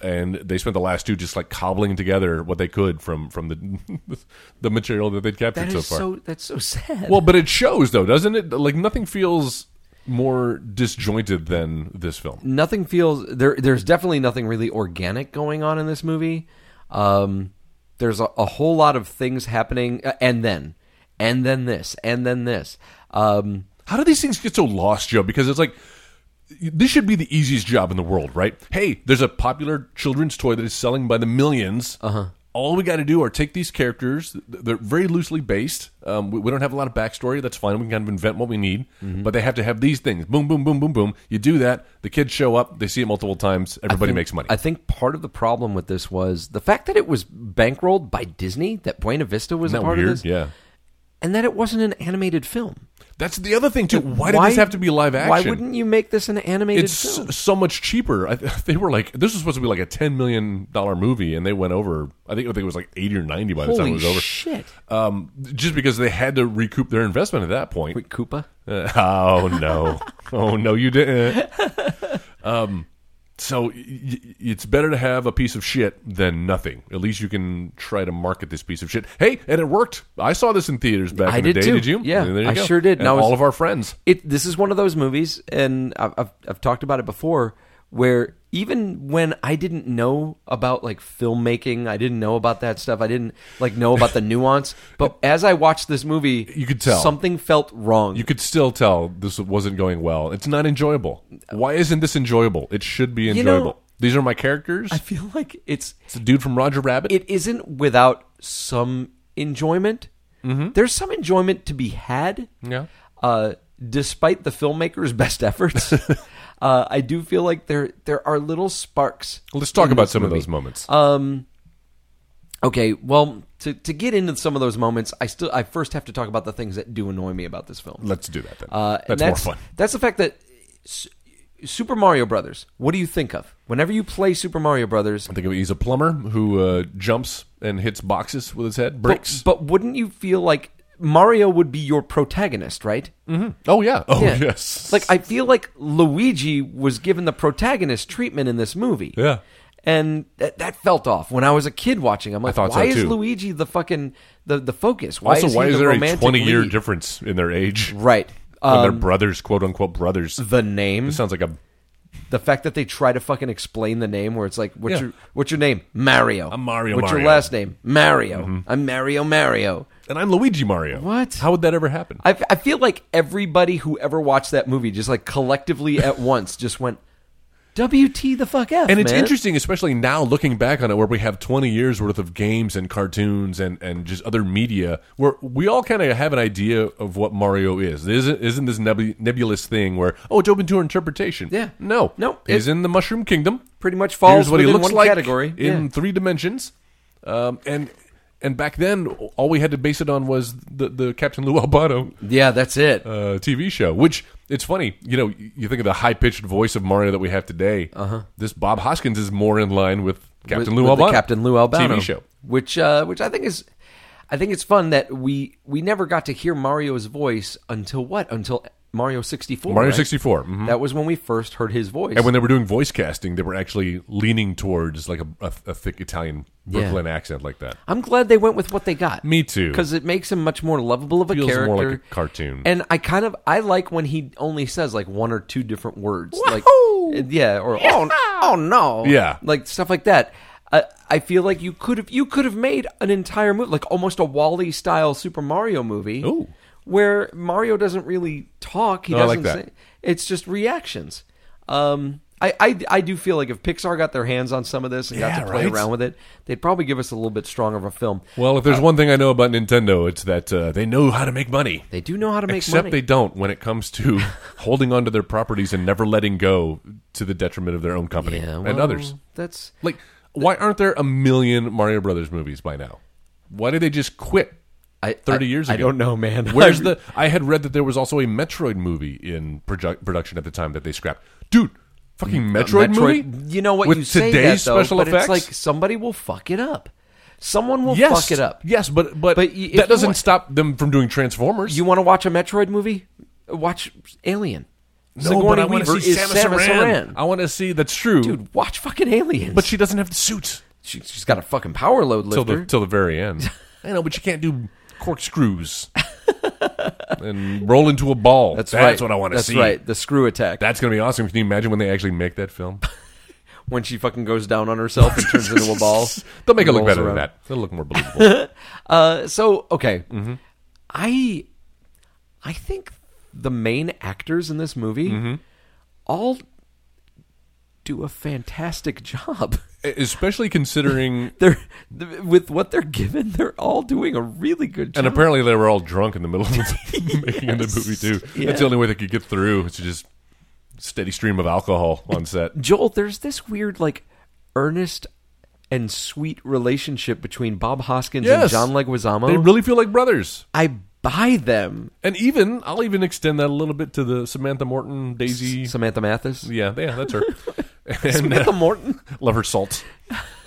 Speaker 4: and they spent the last two just like cobbling together what they could from from the the material that they'd captured
Speaker 3: That
Speaker 4: so
Speaker 3: is
Speaker 4: far.
Speaker 3: so. That's so sad.
Speaker 4: well, but it shows though, doesn't it? Like nothing feels more disjointed than this film.
Speaker 3: nothing feels there there's definitely nothing really organic going on in this movie um there's a, a whole lot of things happening uh, and then and then this and then this um
Speaker 4: How do these things get so lost, Joe? Because it's like this should be the easiest job in the world, right? Hey, there's a popular children's toy that is selling by the millions. Uh-huh. All we got to do are take these characters. th- They're very loosely based. Um, we, we don't have a lot of backstory. That's fine. We can kind of invent what we need.
Speaker 3: Mm-hmm.
Speaker 4: But they have to have these things. Boom, boom, boom, boom, boom. You do that. The kids show up. They see it multiple times. Everybody makes money.
Speaker 3: i think part of the problem with this was the fact that it was bankrolled by disney that buena vista was
Speaker 4: Isn't
Speaker 3: a
Speaker 4: that
Speaker 3: part
Speaker 4: weird?
Speaker 3: of this
Speaker 4: Yeah.
Speaker 3: and that it wasn't an animated film
Speaker 4: That's the other thing, too. Why did this have to be live action?
Speaker 3: why wouldn't you make this an animated
Speaker 4: it's
Speaker 3: film
Speaker 4: so- so much cheaper. I, th- they were like, this was supposed to be like a ten million dollar movie, and they went over. I think I think it was like eighty or ninety by the time
Speaker 3: holy
Speaker 4: it was over.
Speaker 3: shit
Speaker 4: um, just because they had to recoup their investment at that point.
Speaker 3: wait koopa
Speaker 4: Uh, oh no! oh no! You didn't. Um, so y- y- it's better to have a piece of shit than nothing. At least you can try to market this piece of shit. Hey, and it worked. I saw this in theaters back
Speaker 3: I
Speaker 4: in the
Speaker 3: did
Speaker 4: day.
Speaker 3: too.
Speaker 4: Did you?
Speaker 3: Yeah,
Speaker 4: There you
Speaker 3: I
Speaker 4: go.
Speaker 3: sure did.
Speaker 4: And
Speaker 3: And I was-
Speaker 4: all of our friends.
Speaker 3: it this is one of those movies and I've, I've I've talked about it before where even when I didn't know about like filmmaking, I didn't know about that stuff. I didn't like know about the nuance, but as I watched this movie,
Speaker 4: You could tell.
Speaker 3: something felt wrong.
Speaker 4: you could still tell this wasn't going well. It's not enjoyable. Why isn't this enjoyable? It should be
Speaker 3: You know,
Speaker 4: enjoyable. These are my characters.
Speaker 3: I feel like it's
Speaker 4: It's the dude from Roger Rabbit.
Speaker 3: it isn't without some enjoyment. There's some enjoyment to be had.
Speaker 4: Mm-hmm. Yeah.
Speaker 3: Uh, despite the filmmaker's best efforts, uh, I do feel like there there are little sparks.
Speaker 4: Let's talk
Speaker 3: in
Speaker 4: about
Speaker 3: this
Speaker 4: some
Speaker 3: movie.
Speaker 4: of those moments.
Speaker 3: Um. Okay, well, to to get into some of those moments, I still I first have to talk about the things that do annoy me about this film.
Speaker 4: Let's do that then.
Speaker 3: Uh, and
Speaker 4: that's, more fun.
Speaker 3: That's the fact that S- Super Mario Brothers. What do you think of whenever you play Super Mario Brothers?
Speaker 4: I think of it, he's a plumber who uh, jumps and hits boxes with his head, bricks.
Speaker 3: But, but wouldn't you feel like Mario would be your protagonist, right?
Speaker 4: oh yeah. Oh
Speaker 3: Yeah.
Speaker 4: yes.
Speaker 3: Like I feel like Luigi was given the protagonist treatment in this movie.
Speaker 4: Yeah.
Speaker 3: And that, that felt off when I was a kid watching. I'm like,
Speaker 4: thought so,
Speaker 3: why is
Speaker 4: too.
Speaker 3: Luigi the fucking the, the focus? Why
Speaker 4: also,
Speaker 3: is he
Speaker 4: why is
Speaker 3: the
Speaker 4: there a
Speaker 3: romantic
Speaker 4: twenty-year
Speaker 3: lead?
Speaker 4: difference in their age?
Speaker 3: Right.
Speaker 4: When they're
Speaker 3: Um,
Speaker 4: brothers, quote unquote brothers.
Speaker 3: the name,
Speaker 4: Sounds like a
Speaker 3: the fact that they try to fucking explain the name, where it's like, what's
Speaker 4: Yeah.
Speaker 3: your what's your name? Mario.
Speaker 4: I'm Mario
Speaker 3: What's your
Speaker 4: Mario. Mm-hmm.
Speaker 3: last name? Mario. I'm Mario Mario.
Speaker 4: and I'm Luigi Mario.
Speaker 3: What?
Speaker 4: How would that ever happen?
Speaker 3: I, f- I feel like everybody who ever watched that movie just like collectively at once just went, WT the fuck F.
Speaker 4: and it's
Speaker 3: man."
Speaker 4: interesting, especially now looking back on it, where we have 20 years worth of games and cartoons and, and just other media, where we all kind of have an idea of what Mario is. It Isn't, isn't this nebu- nebulous thing where, oh, it's open to interpretation?
Speaker 3: Yeah.
Speaker 4: No.
Speaker 3: No,
Speaker 4: He's
Speaker 3: it-
Speaker 4: in the Mushroom Kingdom.
Speaker 3: Pretty much falls
Speaker 4: Here's what he
Speaker 3: within
Speaker 4: looks
Speaker 3: one
Speaker 4: like
Speaker 3: category.
Speaker 4: in
Speaker 3: Yeah.
Speaker 4: three dimensions. Um, and and back then, all we had to base it on was the, the Captain Lou Albano
Speaker 3: Yeah, that's it.
Speaker 4: uh, TV show. Which it's funny, you know, y- you think of the high pitched voice of Mario that we have today. Uh-huh. This Bob Hoskins is more in line with Captain
Speaker 3: with-
Speaker 4: Lou
Speaker 3: with the
Speaker 4: Albano.
Speaker 3: Captain Lou Albano
Speaker 4: TV show.
Speaker 3: which uh, which I think is, I think it's fun that we we never got to hear Mario's voice until what until Mario sixty four.
Speaker 4: Mario
Speaker 3: right?
Speaker 4: 64. mhm.
Speaker 3: That was when we first heard his voice.
Speaker 4: And when they were doing voice casting, they were actually leaning towards like a, a, a thick Italian
Speaker 3: Yeah.
Speaker 4: Brooklyn accent like that.
Speaker 3: I'm glad they went with what they got.
Speaker 4: Me too.
Speaker 3: because it makes him much more lovable of a
Speaker 4: Feels
Speaker 3: character.
Speaker 4: more like a cartoon.
Speaker 3: And I kind of I like when he only says like one or two different words, like yeah, or oh oh no,
Speaker 4: Yeah.
Speaker 3: like stuff like that. I, I feel like you could have you could have made an entire movie, like almost a Wally style Super Mario movie,
Speaker 4: Ooh.
Speaker 3: where Mario doesn't really talk. He
Speaker 4: No, I like
Speaker 3: doesn't.
Speaker 4: that.
Speaker 3: Say, it's just reactions. Um, I, I I do feel like if Pixar got their hands on some of this and
Speaker 4: Yeah,
Speaker 3: got to play
Speaker 4: right?
Speaker 3: around with it, they'd probably give us a little bit stronger of a film.
Speaker 4: Well, if there's one thing I know about Nintendo, it's that uh, they know how to make money.
Speaker 3: They do know how to make
Speaker 4: Except
Speaker 3: money.
Speaker 4: they don't when it comes to holding onto their properties and never letting go to the detriment of their own company
Speaker 3: Yeah,
Speaker 4: and
Speaker 3: well,
Speaker 4: others.
Speaker 3: That's
Speaker 4: Like, why aren't there a million Mario Brothers movies by now? Why did they just quit
Speaker 3: I,
Speaker 4: 30
Speaker 3: I-
Speaker 4: years ago?
Speaker 3: I don't know, man.
Speaker 4: Where's
Speaker 3: I-
Speaker 4: the? I had read that there was also a Metroid movie in produ- production at the time that they scrapped. Dude, fucking Metroid, movie.
Speaker 3: Mm, You know what?
Speaker 4: With
Speaker 3: you say
Speaker 4: today's
Speaker 3: that, though,
Speaker 4: special
Speaker 3: but
Speaker 4: effects.
Speaker 3: It's like somebody will fuck it up. Someone will
Speaker 4: yes,
Speaker 3: fuck it up.
Speaker 4: Yes, but but,
Speaker 3: But y- if
Speaker 4: that
Speaker 3: you
Speaker 4: doesn't
Speaker 3: want-
Speaker 4: stop them from doing Transformers.
Speaker 3: You want to watch a Metroid movie? Watch Alien.
Speaker 4: no, but I
Speaker 3: Sigourney
Speaker 4: want to
Speaker 3: Weaver
Speaker 4: see
Speaker 3: is
Speaker 4: Samus, Aran.
Speaker 3: Aran.
Speaker 4: I want to see. That's true,
Speaker 3: Dude, watch fucking Aliens.
Speaker 4: But she doesn't have the suit
Speaker 3: she, she's got a fucking power load
Speaker 4: till
Speaker 3: lifter.
Speaker 4: the till the very end. I know, but you can't do corkscrews and roll into a ball.
Speaker 3: that's, right.
Speaker 4: what I want to
Speaker 3: That's
Speaker 4: see.
Speaker 3: right. The screw attack.
Speaker 4: That's going to be awesome. Can you imagine when they actually make that film?
Speaker 3: when she fucking goes down on herself and turns into a ball.
Speaker 4: They'll make it
Speaker 3: and
Speaker 4: look
Speaker 3: rolls
Speaker 4: better than
Speaker 3: around.
Speaker 4: that. They'll look more believable.
Speaker 3: Uh, so okay,
Speaker 4: Mm-hmm.
Speaker 3: I I think the main actors in this movie
Speaker 4: Mm-hmm.
Speaker 3: all do a fantastic job.
Speaker 4: E, Especially considering,
Speaker 3: They're th- with what they're given. They're all doing a really good job.
Speaker 4: and apparently they were all drunk in the middle of the making of the movie too. That's the only way they could get through. It's just steady stream of alcohol on set.
Speaker 3: Joel, there's this weird like earnest and sweet relationship between Bob Hoskins
Speaker 4: Yes.
Speaker 3: and John Leguizamo.
Speaker 4: They really feel like brothers.
Speaker 3: I buy them.
Speaker 4: And even I'll even extend that a little bit to the Samantha Morton Daisy.
Speaker 3: Samantha Mathis,
Speaker 4: yeah, yeah, that's her. And,
Speaker 3: Samantha Morton.
Speaker 4: love her salt.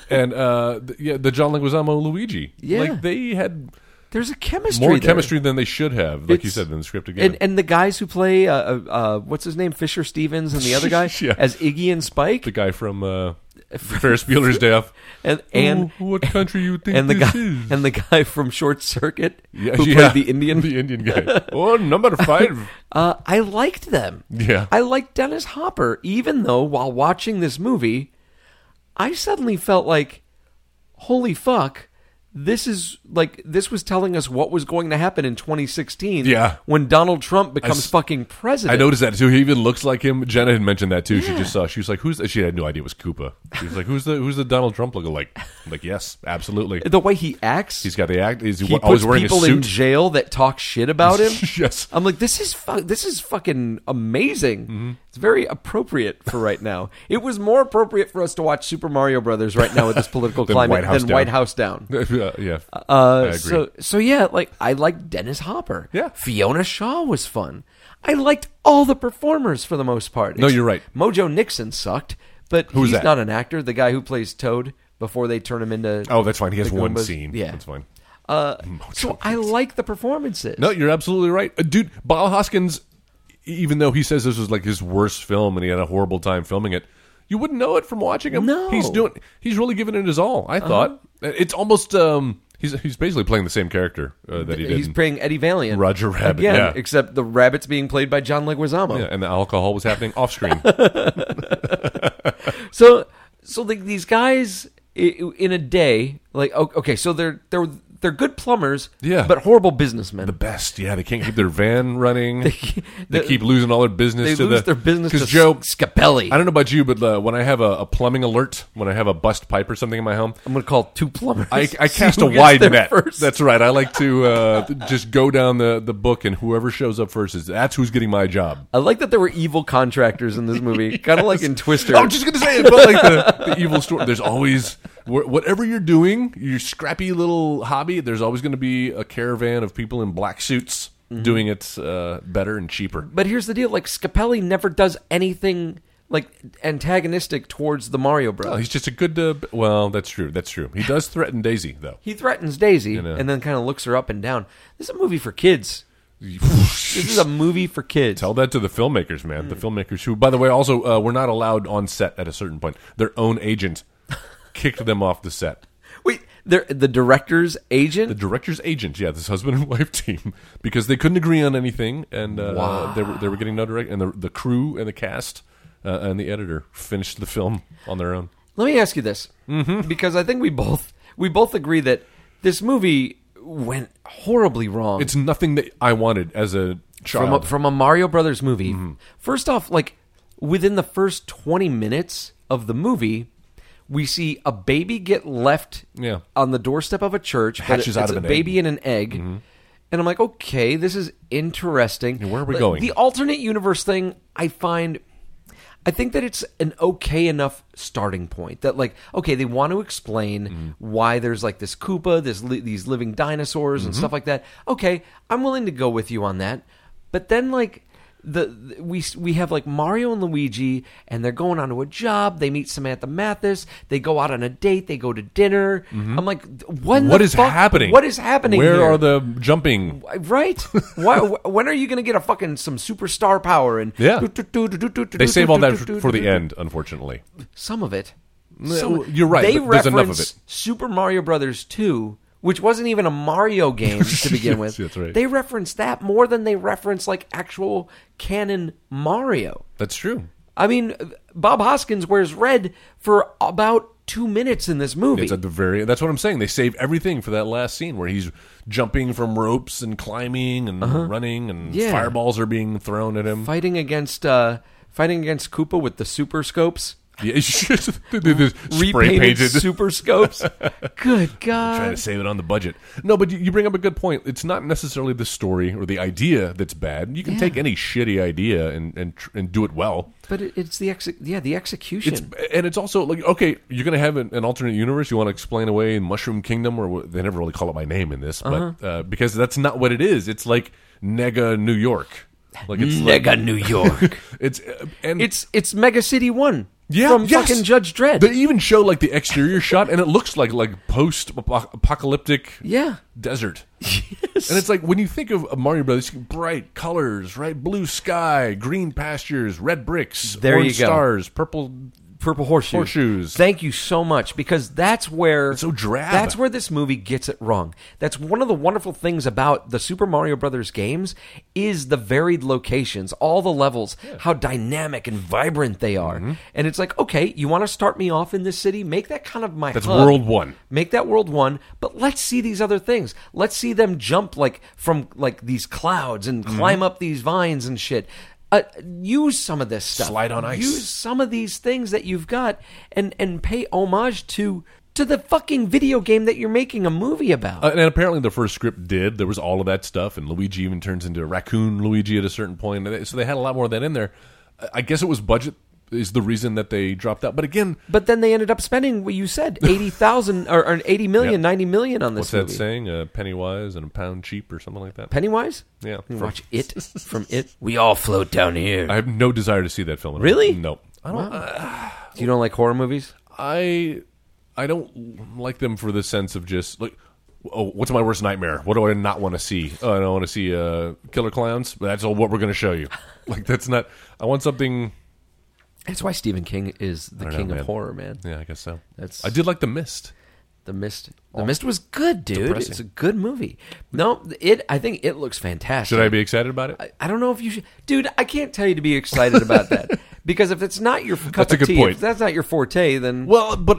Speaker 4: and uh, th- yeah, the John Leguizamo Luigi.
Speaker 3: Yeah.
Speaker 4: like they had
Speaker 3: There's a chemistry.
Speaker 4: more
Speaker 3: there.
Speaker 4: chemistry than they should have, like you
Speaker 3: It's-
Speaker 4: said in the script again.
Speaker 3: And, and the guys who play uh, uh, uh, what's his name Fisher Stevens and the other guy
Speaker 4: Yeah.
Speaker 3: as Iggy and Spike
Speaker 4: the guy from uh, Ferris Bueller's Day Off.
Speaker 3: and and
Speaker 4: Who- what country you think
Speaker 3: and the
Speaker 4: this
Speaker 3: guy
Speaker 4: is?
Speaker 3: and the guy from Short Circuit
Speaker 4: Yeah,
Speaker 3: who
Speaker 4: yeah.
Speaker 3: played the Indian.
Speaker 4: the Indian guy. Oh, number five.
Speaker 3: Uh, I liked them.
Speaker 4: Yeah.
Speaker 3: I liked Dennis Hopper, even though while watching this movie, I suddenly felt like, holy fuck, This is like this was telling us what was going to happen in 2016.
Speaker 4: Yeah.
Speaker 3: when Donald Trump becomes
Speaker 4: s-
Speaker 3: fucking president.
Speaker 4: I noticed that too. He even looks like him. Jenna had mentioned that too. She just saw. She was like, "Who's?" The, she had no idea it was Koopa. She was like, "Who's the who's the Donald Trump lookalike?" Like, like yes, absolutely.
Speaker 3: the way he acts.
Speaker 4: He's got the act. oh, He's
Speaker 3: he
Speaker 4: always
Speaker 3: puts
Speaker 4: wearing a
Speaker 3: people
Speaker 4: suit.
Speaker 3: in jail that talk shit about him. Oh.
Speaker 4: yes.
Speaker 3: I'm like, this is fu- this is fucking amazing.
Speaker 4: Mm-hmm.
Speaker 3: It's very appropriate for right now. it was more appropriate for us to watch Super Mario Brothers right now with this political
Speaker 4: Than
Speaker 3: climate
Speaker 4: White House
Speaker 3: than
Speaker 4: Down.
Speaker 3: White House Down.
Speaker 4: Uh, yeah.
Speaker 3: Uh,
Speaker 4: I agree.
Speaker 3: So so yeah, like I liked Dennis Hopper.
Speaker 4: Yeah.
Speaker 3: Fiona Shaw was fun. I liked all the performers for the most part.
Speaker 4: No, you're right.
Speaker 3: Mojo Nixon sucked, but
Speaker 4: Who's
Speaker 3: he's
Speaker 4: that?
Speaker 3: not an actor. The guy who plays Toad before they turn him into
Speaker 4: oh, that's fine. He has
Speaker 3: the
Speaker 4: one
Speaker 3: Goombas.
Speaker 4: scene.
Speaker 3: Yeah,
Speaker 4: that's fine.
Speaker 3: Uh, so I like the performances.
Speaker 4: No, you're absolutely right, Uh, dude. Bob Hoskins, e, even though he says this was like his worst film and he had a horrible time filming it, you wouldn't know it from watching him.
Speaker 3: No. Uh-huh.
Speaker 4: he's doing. He's really giving it his all. I thought Uh, it's almost. Um, he's he's basically playing the same character uh, that he did.
Speaker 3: he's
Speaker 4: in-
Speaker 3: playing Eddie Valiant,
Speaker 4: Roger Rabbit,
Speaker 3: again,
Speaker 4: yeah.
Speaker 3: except the rabbit's being played by John Leguizamo.
Speaker 4: yeah, and the alcohol was happening off screen.
Speaker 3: So, so like these guys i- in a day, like o- okay, so they're they're they're good plumbers,
Speaker 4: Yeah.
Speaker 3: but horrible businessmen.
Speaker 4: the best. Yeah, they can't keep their van running. they,
Speaker 3: the-
Speaker 4: keep losing all their business.
Speaker 3: they
Speaker 4: to
Speaker 3: lose
Speaker 4: the,
Speaker 3: their business to
Speaker 4: because Joe
Speaker 3: S- Scapelli.
Speaker 4: I don't know about you, but uh, when I have a, a plumbing alert, when I have a bust pipe or something in my home,
Speaker 3: I'm going to call two plumbers.
Speaker 4: I, I
Speaker 3: See
Speaker 4: cast a
Speaker 3: who gets
Speaker 4: wide
Speaker 3: there
Speaker 4: net.
Speaker 3: first.
Speaker 4: That's right. I like to uh, just go down the, the book, and whoever shows up first is that's who's getting my job.
Speaker 3: I like that there were evil contractors in this movie, kind of like in Twister.
Speaker 4: I was Oh, just gonna say it, but like the, the evil story. There's always wh- whatever you're doing, your scrappy little hobby. There's always going to be a caravan of people in black suits doing it uh, better and cheaper.
Speaker 3: but here's the deal: like Scapelli never does anything like antagonistic towards the Mario Bros.
Speaker 4: Oh, he's just a good. Uh, b- well, that's true. That's true. He does threaten Daisy though.
Speaker 3: He threatens Daisy
Speaker 4: know.
Speaker 3: and then kind of looks her up and down. This is a movie for kids. This is a movie for kids.
Speaker 4: Tell that to the filmmakers, man. The filmmakers who, by the way, also uh, were not allowed on set at a certain point. Their own agent kicked them off the set.
Speaker 3: Wait, they're- the director's agent?
Speaker 4: The director's agent, yeah, this husband and wife team, because they couldn't agree on anything, and uh, they were they were getting no direct, and the the crew and the cast uh, and the editor finished the film on their own.
Speaker 3: Let me ask you this, mm-hmm. because I think we both we both agree that this movie went horribly wrong.
Speaker 4: It's nothing that I wanted as a
Speaker 3: from a,
Speaker 4: child.
Speaker 3: from a Mario Brothers movie.
Speaker 4: Mm-hmm.
Speaker 3: First off, like within the first twenty minutes of the movie. We see a baby get left
Speaker 4: Yeah.
Speaker 3: on the doorstep of a church. but
Speaker 4: Hatches
Speaker 3: it-
Speaker 4: out
Speaker 3: it's
Speaker 4: of an
Speaker 3: a
Speaker 4: egg.
Speaker 3: baby and an egg,
Speaker 4: Mm-hmm.
Speaker 3: and I'm like, okay, this is interesting.
Speaker 4: where are we
Speaker 3: Like,
Speaker 4: going?
Speaker 3: The alternate universe thing, I find, I think that it's an okay enough starting point. That like, okay, they want to explain
Speaker 4: Mm-hmm.
Speaker 3: why there's like this Koopa, this li- these living dinosaurs
Speaker 4: Mm-hmm.
Speaker 3: and stuff like that. Okay, I'm willing to go with you on that. But then like. The, the- we s- we have like Mario and Luigi, and they're going on to a job. They meet Samantha Mathis. They go out on a date. They go to dinner.
Speaker 4: Mm-hmm.
Speaker 3: I'm like, what?
Speaker 4: what is happening?
Speaker 3: What is happening?
Speaker 4: Where
Speaker 3: here? Uh,
Speaker 4: are the jumping?
Speaker 3: Right. Why, when are you going to get a fucking some superstar power and
Speaker 4: Yeah. They save all that for the end, unfortunately.
Speaker 3: Some of it.
Speaker 4: No,
Speaker 3: Some-
Speaker 4: you're right,
Speaker 3: They
Speaker 4: but there's enough of
Speaker 3: reference Super Mario Brothers 2, which wasn't even a Mario game to begin with.
Speaker 4: That's right.
Speaker 3: They reference that more than they reference like actual canon Mario.
Speaker 4: That's true.
Speaker 3: I mean, Bob Hoskins wears red for about two minutes in this movie.
Speaker 4: It's at the very. That's what I'm saying. They save everything for that last scene where he's jumping from ropes and climbing and running and
Speaker 3: Uh-huh. Yeah.
Speaker 4: fireballs are being thrown at him.
Speaker 3: fighting against uh, fighting against Koopa with the super scopes.
Speaker 4: Yeah, it's just- they do this spray
Speaker 3: repainted
Speaker 4: painted.
Speaker 3: super scopes. Good God!
Speaker 4: Trying to save it on the budget. No, but you- you bring up a good point. It's not necessarily the story or the idea that's bad. You can take any shitty idea and and, tr- and do it well.
Speaker 3: But it, it's the exe- yeah the execution.
Speaker 4: It's and it's also like okay, you're gonna have an, an alternate universe. You want to explain away in Mushroom Kingdom, or what- they never really call it by name in this,
Speaker 5: Uh-huh.
Speaker 4: but uh, because that's not what it is. It's like Nega New York. Like it's like-
Speaker 5: Nigga New York.
Speaker 4: it's uh, and
Speaker 3: it's it's Mega City One
Speaker 4: yeah,
Speaker 3: from
Speaker 4: yes.
Speaker 3: fucking Judge Dredd.
Speaker 4: They even show like the exterior shot, and it looks like like post apocalyptic
Speaker 3: yeah,
Speaker 4: desert. And it's like when you think of Mario Brothers, you- bright colors, right? Blue sky, green pastures, red bricks,
Speaker 3: There
Speaker 4: orange
Speaker 3: you go.
Speaker 4: stars, purple
Speaker 3: Purple Horseshoes.
Speaker 4: Horseshoes.
Speaker 3: Thank you so much because that's where
Speaker 4: It's so drab.
Speaker 3: That's where this movie gets it wrong. That's one of the wonderful things about the Super Mario Brothers games is the varied locations, all the levels, how dynamic and vibrant they are.
Speaker 4: Mm-hmm.
Speaker 3: And it's like, okay, you want to start me off in this city? Make that kind of my
Speaker 4: That's
Speaker 3: hub.
Speaker 4: world one.
Speaker 3: Make that world one, but let's see these other things. Let's see them jump like from like these clouds and
Speaker 4: Mm-hmm.
Speaker 3: climb up these vines and shit. Uh, use some of this stuff.
Speaker 4: Slide on ice.
Speaker 3: Use some of these things that you've got and and pay homage to to the fucking video game that you're making a movie about.
Speaker 4: Uh, and apparently the first script did. There was all of that stuff, and Luigi even turns into a raccoon Luigi at a certain point. and they- So they had a lot more of that in there. I- I guess it was budget is the reason that they dropped out. But again,
Speaker 3: but then they ended up spending what you said eighty thousand or, or eighty million,
Speaker 4: Yeah.
Speaker 3: ninety million on
Speaker 4: what's
Speaker 3: this
Speaker 4: that
Speaker 3: movie.
Speaker 4: saying? A penny wise and a pound cheap or something like that.
Speaker 3: Pennywise.
Speaker 4: Yeah.
Speaker 3: You watch it from it.
Speaker 5: We all float down here.
Speaker 4: I have no desire to see that film. At all.
Speaker 3: Really?
Speaker 4: No. I don't.
Speaker 3: Do you don't like horror movies?
Speaker 4: I I don't like them for the sense of just like, oh, what's my worst nightmare? What do I not want to see? Oh, I don't want to see uh, killer clowns. But that's all what we're going to show you. Like that's not. I want something.
Speaker 3: That's why Stephen King is the
Speaker 4: I don't
Speaker 3: king
Speaker 4: know,
Speaker 3: of
Speaker 4: man.
Speaker 3: horror, man.
Speaker 4: Yeah, I guess so.
Speaker 3: That's-
Speaker 4: I did like The Mist.
Speaker 3: The Mist. The Mist was good, dude.
Speaker 4: Depressing.
Speaker 3: It's a good movie. No, it. I think it looks fantastic.
Speaker 4: Should I be excited about it?
Speaker 3: I, I don't know if you should, dude. I can't tell you to be excited about that because if it's not your cup
Speaker 4: That's a
Speaker 3: of
Speaker 4: good
Speaker 3: tea,
Speaker 4: point.
Speaker 3: if that's not your forte, then
Speaker 4: well, but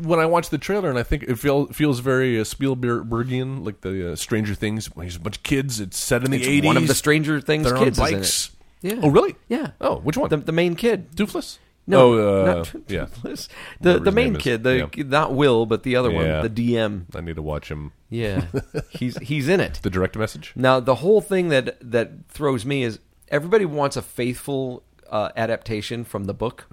Speaker 4: when I watched the trailer, and I think it feel, feels very uh, Spielbergian, like the uh, Stranger Things. There's a bunch of kids. It's set in the
Speaker 3: It's
Speaker 4: '80s.
Speaker 3: one of the Stranger Things
Speaker 4: They're
Speaker 3: kids,
Speaker 4: on
Speaker 3: isn't it?
Speaker 4: bikes.
Speaker 3: Yeah.
Speaker 4: Oh, really?
Speaker 3: Yeah.
Speaker 4: Oh, which one?
Speaker 3: the, the main kid.
Speaker 4: Doofless?
Speaker 3: No,
Speaker 4: Oh, uh,
Speaker 3: not,
Speaker 4: yeah.
Speaker 3: The the
Speaker 4: Whatever his name
Speaker 3: main
Speaker 4: is.
Speaker 3: kid, the
Speaker 4: Yeah.
Speaker 3: not Will, but the other
Speaker 4: Yeah.
Speaker 3: one, the DM.
Speaker 4: I need to watch him.
Speaker 3: Yeah, he's he's in it.
Speaker 4: The direct message.
Speaker 3: Now the whole thing that that throws me is everybody wants a faithful uh, adaptation from the book.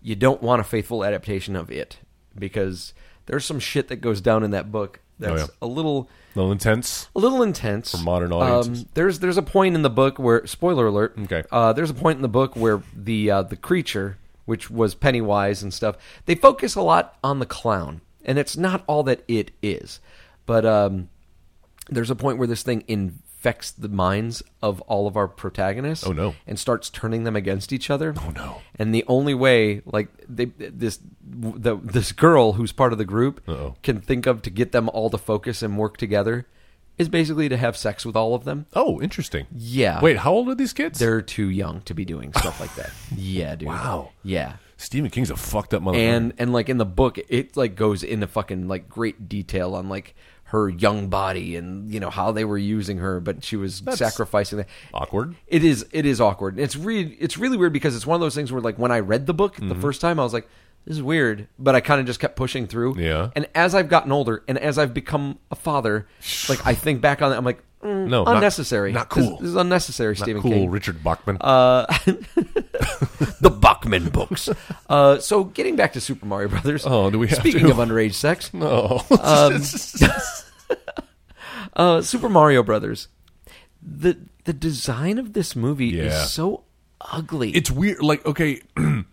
Speaker 3: You don't want a faithful adaptation of it because there's some shit that goes down in that book that's
Speaker 4: yeah.
Speaker 3: a little
Speaker 4: A little intense.
Speaker 3: a little intense for
Speaker 4: modern audiences.
Speaker 3: there's there's a point in the book where spoiler alert.
Speaker 4: Okay.
Speaker 3: Uh, there's a point in the book where the uh, the creature, which was Pennywise and stuff, they focus a lot on the clown, and it's not all that it is, but um, there's a point where this thing infects the minds of all of our protagonists.
Speaker 4: Oh, no.
Speaker 3: And starts turning them against each other. Oh
Speaker 4: no.
Speaker 3: And the only way, like they this the, this girl who's part of the group
Speaker 4: Uh-oh.
Speaker 3: can think of to get them all to focus and work together, is basically to have sex with all of them.
Speaker 4: Oh, interesting.
Speaker 3: Yeah.
Speaker 4: Wait, how old are these kids?
Speaker 3: They're too young to be doing stuff like that. Yeah, dude.
Speaker 4: Wow. Uh-huh.
Speaker 3: Yeah.
Speaker 4: Stephen King's a fucked up motherfucker.
Speaker 3: And and like in the book, it like goes into fucking like great detail on like her young body and you know how they were using her, but she was sacrificing that.
Speaker 4: awkward.
Speaker 3: It is it is awkward. And It's really it's really weird because it's one of those things where like when I read the book the
Speaker 4: Mm-hmm.
Speaker 3: first time, I was like, this is weird, but I kind of just kept pushing through.
Speaker 4: Yeah.
Speaker 3: And as I've gotten older and as I've become a father, like I think back on it, I'm like, mm,
Speaker 4: No, not-
Speaker 3: unnecessary,
Speaker 4: not
Speaker 3: This-
Speaker 4: cool.
Speaker 3: This, is unnecessary,
Speaker 4: Not
Speaker 3: Stephen
Speaker 4: cool,
Speaker 3: King. Uh,
Speaker 4: Richard Bachman.
Speaker 3: the Bachman books. uh, so getting back to Super Mario Brothers.
Speaker 4: Oh, do we have
Speaker 3: Speaking
Speaker 4: to?
Speaker 3: of underage sex,
Speaker 4: oh.
Speaker 3: Um, uh, Super Mario Brothers. The the design of this movie
Speaker 4: Yeah.
Speaker 3: is so ugly.
Speaker 4: it's weird. Like, okay,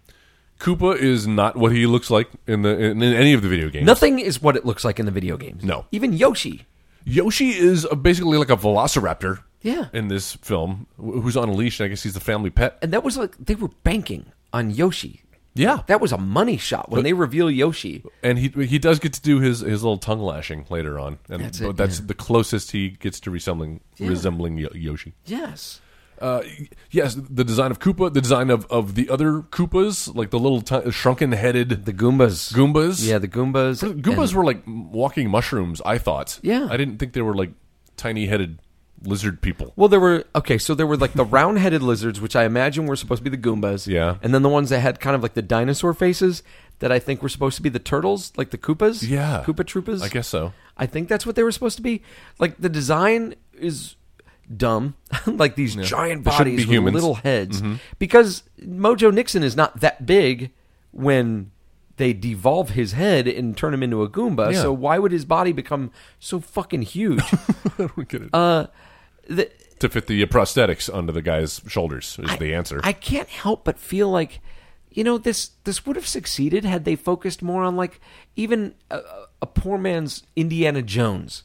Speaker 4: Koopa is not what he looks like in the in, in any of the video games.
Speaker 3: Nothing is what it looks like in the video games.
Speaker 4: No.
Speaker 3: even Yoshi.
Speaker 4: Yoshi is a, basically like a velociraptor.
Speaker 3: Yeah.
Speaker 4: In this film, wh- who's on a leash, and I guess he's the family pet.
Speaker 3: And that was like they were banking on Yoshi.
Speaker 4: Yeah.
Speaker 3: That was a money shot when they reveal Yoshi.
Speaker 4: and he he does get to do his, his little tongue lashing later on, and
Speaker 3: That's
Speaker 4: that's,
Speaker 3: it,
Speaker 4: that's the closest he gets to resembling resembling Yo- Yoshi.
Speaker 3: Yes.
Speaker 4: Uh, yes, the design of Koopa, the design of, of the other Koopas, like the little t- shrunken headed
Speaker 3: The Goombas.
Speaker 4: Goombas.
Speaker 3: Yeah, the Goombas.
Speaker 4: Goombas were like walking mushrooms. I thought.
Speaker 3: Yeah.
Speaker 4: I didn't think they were like tiny headed lizard people.
Speaker 3: Well, there were okay, so there were like the round-headed lizards, which I imagine were supposed to be the Goombas.
Speaker 4: Yeah.
Speaker 3: and then the ones that had kind of like the dinosaur faces that I think were supposed to be the turtles, like the Koopas.
Speaker 4: Yeah.
Speaker 3: Koopa Troopas.
Speaker 4: I guess so.
Speaker 3: I think that's what they were supposed to be. Like the design is dumb, like these giant
Speaker 4: They shouldn't be
Speaker 3: bodies with
Speaker 4: humans. Mm-hmm.
Speaker 3: little heads, because Mojo Nixon is not that big when. They devolve his head and turn him into a Goomba.
Speaker 4: Yeah.
Speaker 3: So why would his body become so fucking huge?
Speaker 4: I don't get it.
Speaker 3: Uh, The-
Speaker 4: to fit the prosthetics onto the guy's shoulders is the answer.
Speaker 3: I can't help but feel like, you know, this this would have succeeded had they focused more on like even a, a poor man's Indiana Jones,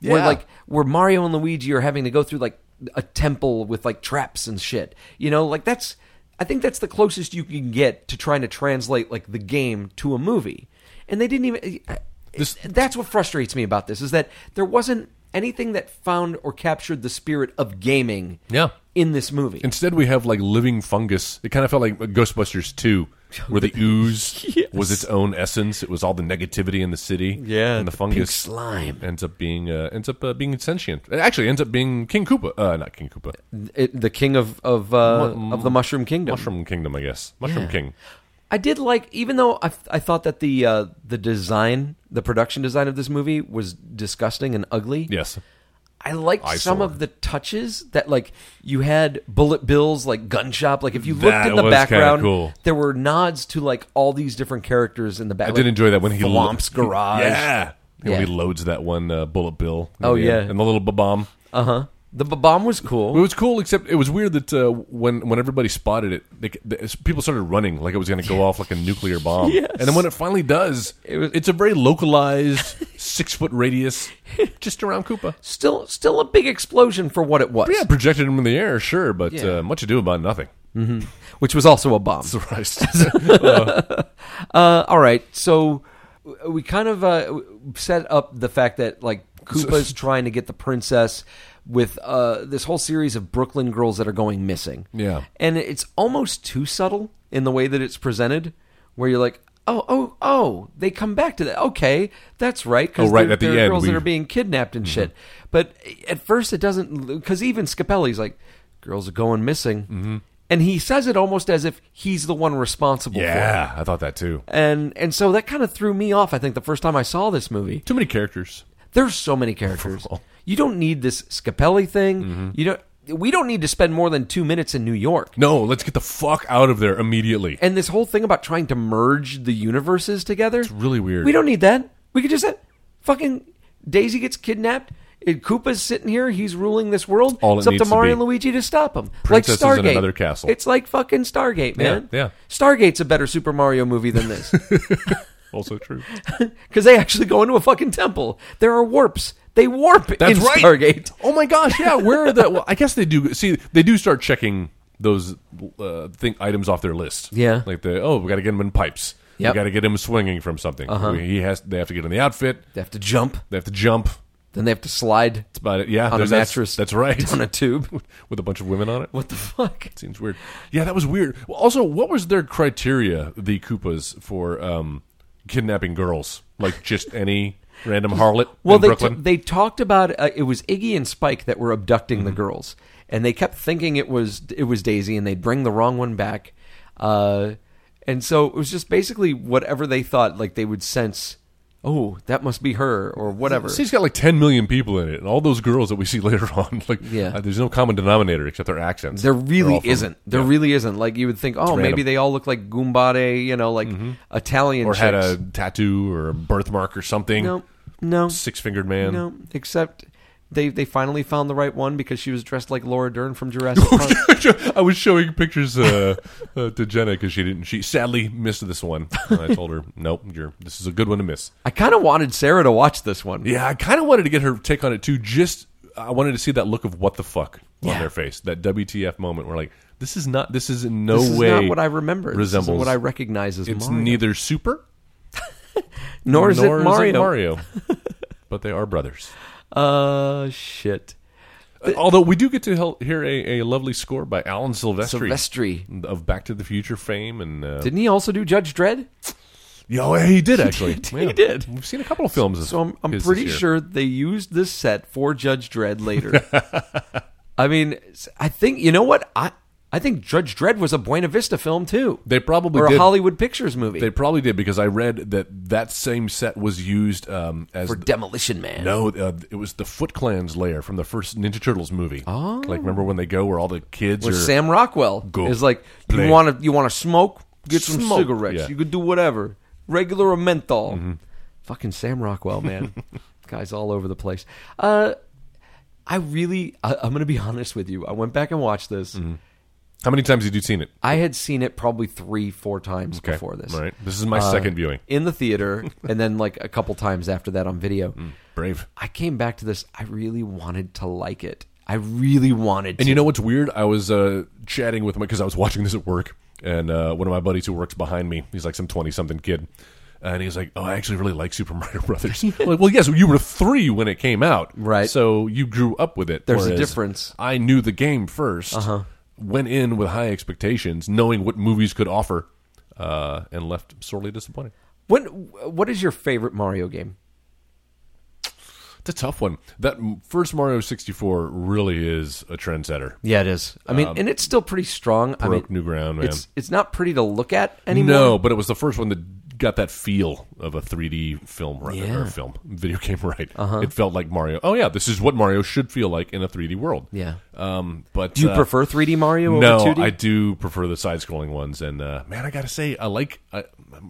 Speaker 3: where
Speaker 4: Yeah.
Speaker 3: like where Mario and Luigi are having to go through like a temple with like traps and shit. You know, like that's I think that's the closest you can get to trying to translate like the game to a movie. And they didn't even.
Speaker 4: This-
Speaker 3: that's what frustrates me about this is that there wasn't anything that found or captured the spirit of gaming.
Speaker 4: Yeah.
Speaker 3: In this movie,
Speaker 4: Instead, we have like living fungus. It kind of felt like Ghostbusters 2, where the ooze was its own essence. It was all the negativity in the city.
Speaker 3: Yeah,
Speaker 4: and the,
Speaker 3: the
Speaker 4: fungus
Speaker 5: slime.
Speaker 4: ends up being uh, ends up uh, being sentient. It actually ends up being King Koopa. Uh, not King Koopa.
Speaker 3: It- the king of of uh,
Speaker 4: Mu-
Speaker 3: of the Mushroom Kingdom.
Speaker 4: Mushroom Kingdom, I guess. Mushroom King.
Speaker 3: I did like, even though I, I thought that the uh, the design, the production design of this movie was disgusting and ugly.
Speaker 4: Yes.
Speaker 3: I liked some
Speaker 4: Eyesore.
Speaker 3: of the touches that, like, you had Bullet Bill's like gun shop. Like, if you looked
Speaker 4: That
Speaker 3: in the
Speaker 4: was kinda
Speaker 3: background,
Speaker 4: cool.
Speaker 3: there were nods to like all these different characters in the back.
Speaker 4: I did enjoy that when he lo-
Speaker 3: Flomp's garage.
Speaker 4: Yeah. And when
Speaker 3: Yeah.
Speaker 4: he loads that one uh, bullet bill. in
Speaker 3: Oh,
Speaker 4: the end.
Speaker 3: yeah.
Speaker 4: and the little bomb.
Speaker 3: Uh huh. The bomb was cool.
Speaker 4: It was cool, except it was weird that uh, when when everybody spotted it, they, they, people started running like it was going to go off like a nuclear bomb.
Speaker 3: Yes.
Speaker 4: And then when it finally does,
Speaker 3: It was-
Speaker 4: it's a very localized six foot radius just around Koopa.
Speaker 3: Still, still a big explosion for what it was,
Speaker 4: Yeah, projected him in the air, sure, but
Speaker 3: Yeah.
Speaker 4: uh, much ado about nothing.
Speaker 3: which was also a bomb.
Speaker 4: Christ.
Speaker 3: Uh, all right, so w- we kind of uh, w- set up the fact that like Koopa's trying to get the princess with uh, this whole series of Brooklyn girls that are going missing.
Speaker 4: Yeah.
Speaker 3: and it's almost too subtle in the way that it's presented, where you're like. Oh, oh, oh! They come back to that. Okay, that's right. Cause
Speaker 4: Oh, right,
Speaker 3: they're-
Speaker 4: at the
Speaker 3: they're
Speaker 4: end,
Speaker 3: girls
Speaker 4: we- Mm-hmm.
Speaker 3: that are being kidnapped and shit. But at first, it doesn't because even Scapelli's like, "Girls are going missing,"
Speaker 4: Mm-hmm.
Speaker 3: and he says it almost as if he's the one responsible. for it
Speaker 4: yeah, I thought that too.
Speaker 3: and and so that kind of threw me off. I think the first time I saw this movie,
Speaker 4: Too many characters.
Speaker 3: there's so many characters. You don't need this Scapelli thing.
Speaker 4: Mm-hmm.
Speaker 3: You don't. We don't need to spend more than two minutes in New York.
Speaker 4: No, let's get the fuck out of there immediately.
Speaker 3: And this whole thing about trying to merge the universes together. It's
Speaker 4: really weird.
Speaker 3: We don't need that. We could just uh, fucking Daisy gets kidnapped. And Koopa's sitting here. He's ruling this world.
Speaker 4: All it
Speaker 3: it's up
Speaker 4: needs
Speaker 3: to
Speaker 4: to
Speaker 3: Mario
Speaker 4: be.
Speaker 3: and Luigi to stop him.
Speaker 4: Princesses in
Speaker 3: like Stargate.
Speaker 4: another castle.
Speaker 3: It's like fucking Stargate, man.
Speaker 4: yeah.
Speaker 3: Stargate's a better Super Mario movie than this.
Speaker 4: Also true.
Speaker 3: because they actually go into a fucking temple. There are warps. They warp
Speaker 4: That's
Speaker 3: in
Speaker 4: right.
Speaker 3: Stargate.
Speaker 4: Oh my gosh, yeah. Where are the? Well, I guess they do. See, they do start checking those uh, thing items off their list.
Speaker 3: Yeah.
Speaker 4: like the oh, we got to get him in pipes.
Speaker 3: Yep. Uh-huh.
Speaker 4: We got to get him swinging from something. We- He has. They have to get in the outfit.
Speaker 3: They have to jump,
Speaker 4: They have to jump.
Speaker 3: then they have to slide
Speaker 4: That's about it. Yeah,
Speaker 3: on a
Speaker 4: there's- that's-
Speaker 3: mattress.
Speaker 4: That's, right.
Speaker 3: On a tube.
Speaker 4: with a bunch of women on it.
Speaker 3: What the fuck?
Speaker 4: Seems weird. Yeah, that was weird. Well, also, what was their criteria, the Koopas, for um, kidnapping girls? Like just any random harlot
Speaker 3: Well,
Speaker 4: in
Speaker 3: they
Speaker 4: Brooklyn?
Speaker 3: t- they talked about uh, it was Iggy and Spike that were abducting
Speaker 4: Mm-hmm.
Speaker 3: the girls, and they kept thinking it was it was Daisy, and they'd bring the wrong one back. Uh, and so it was just basically whatever they thought, like they would sense. Oh, that must be her, or whatever.
Speaker 4: See, it's got like 10 million people in it, and all those girls that we see later on, like,
Speaker 3: Yeah.
Speaker 4: uh, there's no common denominator except their accents.
Speaker 3: There
Speaker 4: They're
Speaker 3: really
Speaker 4: all from-
Speaker 3: isn't. There
Speaker 4: yeah.
Speaker 3: really isn't. Like you would think, oh,
Speaker 4: random. Mm-hmm.
Speaker 3: maybe they all look like Goombade, you know, like Italian
Speaker 4: Or had
Speaker 3: chicks.
Speaker 4: a tattoo or a birthmark or something.
Speaker 3: no, no,
Speaker 4: Six fingered man.
Speaker 3: no. Except they they finally found the right one because she was dressed like Laura Dern from Jurassic Park.
Speaker 4: I was showing pictures uh, uh, to Jenna because she didn't. She sadly missed this one. And I told her, nope, you're, this is a good one to miss.
Speaker 3: I kind of wanted Sarah to watch this one.
Speaker 4: Yeah, I kind of wanted to get her take on it too. Just I wanted to see that look of what the fuck on
Speaker 3: Yeah.
Speaker 4: their face, that WTF moment where like this is not, this is in no
Speaker 3: this is
Speaker 4: way
Speaker 3: not what I remember. This isn't
Speaker 4: Resembles
Speaker 3: what I recognize as
Speaker 4: It's
Speaker 3: Mario.
Speaker 4: neither super
Speaker 3: nor is
Speaker 4: nor
Speaker 3: it Mario.
Speaker 4: Mario. but they are brothers.
Speaker 3: Uh, shit.
Speaker 4: Although we do get to hel- hear a, a lovely score by Alan Silvestri,
Speaker 3: Silvestri.
Speaker 4: of Back to the Future fame, and uh,
Speaker 3: Didn't he also do Judge Dredd?
Speaker 4: yeah, well, he did actually.
Speaker 3: he did.
Speaker 4: We've seen a couple of films.
Speaker 3: So I'm, I'm
Speaker 4: his this
Speaker 3: pretty
Speaker 4: year.
Speaker 3: sure they used this set for Judge Dredd later. I mean, s- I think you know what I. I think Judge Dredd was a Buena Vista film too.
Speaker 4: They probably
Speaker 3: or a
Speaker 4: did.
Speaker 3: Hollywood Pictures movie
Speaker 4: they probably did because I read that that same set was used um, as
Speaker 3: for Demolition Man.
Speaker 4: No, uh, it was the Foot Clan's lair from the first Ninja Turtles movie. Oh, like remember when they go where all the kids
Speaker 3: with
Speaker 4: are
Speaker 3: Sam Rockwell
Speaker 4: Go.
Speaker 3: is like
Speaker 4: Play.
Speaker 3: you want to you want to smoke, get some
Speaker 4: Smoke.
Speaker 3: cigarettes.
Speaker 4: Yeah. Mm-hmm.
Speaker 3: You could do whatever, regular or menthol. Fucking Sam Rockwell, man, guys all over the place. Uh, I really, I, I'm going to be honest with you. I went back and watched this.
Speaker 4: Mm-hmm. How many times have you seen it?
Speaker 3: I had seen it probably three, four times
Speaker 4: Okay,
Speaker 3: before this. Uh,
Speaker 4: All right, this is my second viewing.
Speaker 3: in the theater and then like
Speaker 4: Mm.
Speaker 3: a couple times after that on video.
Speaker 4: Brave.
Speaker 3: I came back to this. I really wanted to like it. I really wanted to.
Speaker 4: And you know what's weird? I was uh, chatting with my because I was watching this at work, and uh, one of my buddies who works behind me, he's like some twenty-something kid, and he's like, "Oh, I actually really like Super Mario Brothers." I'm like, well, yes, you were three when it came out,
Speaker 3: Right.
Speaker 4: So you grew up with it.
Speaker 3: There's a
Speaker 4: whereas
Speaker 3: difference. Uh-huh.
Speaker 4: I knew the game 1st went in with high expectations, knowing what movies could offer, uh, and left sorely disappointed.
Speaker 3: when, what is your favorite Mario game?
Speaker 4: It's a tough one. That m- first Mario sixty-four really is a trendsetter.
Speaker 3: Yeah, it is. I mean, and it's still pretty strong. I mean,
Speaker 4: Um, broke new ground, man.
Speaker 3: It's it's not pretty to look at anymore.
Speaker 4: No, but it was the first one that got that feel of a 3D film right, or film video game right.
Speaker 3: Uh-huh.
Speaker 4: It felt like Mario. Oh yeah, this is what Mario should feel like in a 3D world.
Speaker 3: Yeah.
Speaker 4: Um, but
Speaker 3: Do you
Speaker 4: uh,
Speaker 3: prefer 3D Mario over
Speaker 4: No,
Speaker 3: 2D?
Speaker 4: I do prefer the side-scrolling ones. And uh, man, I gotta say, I like uh,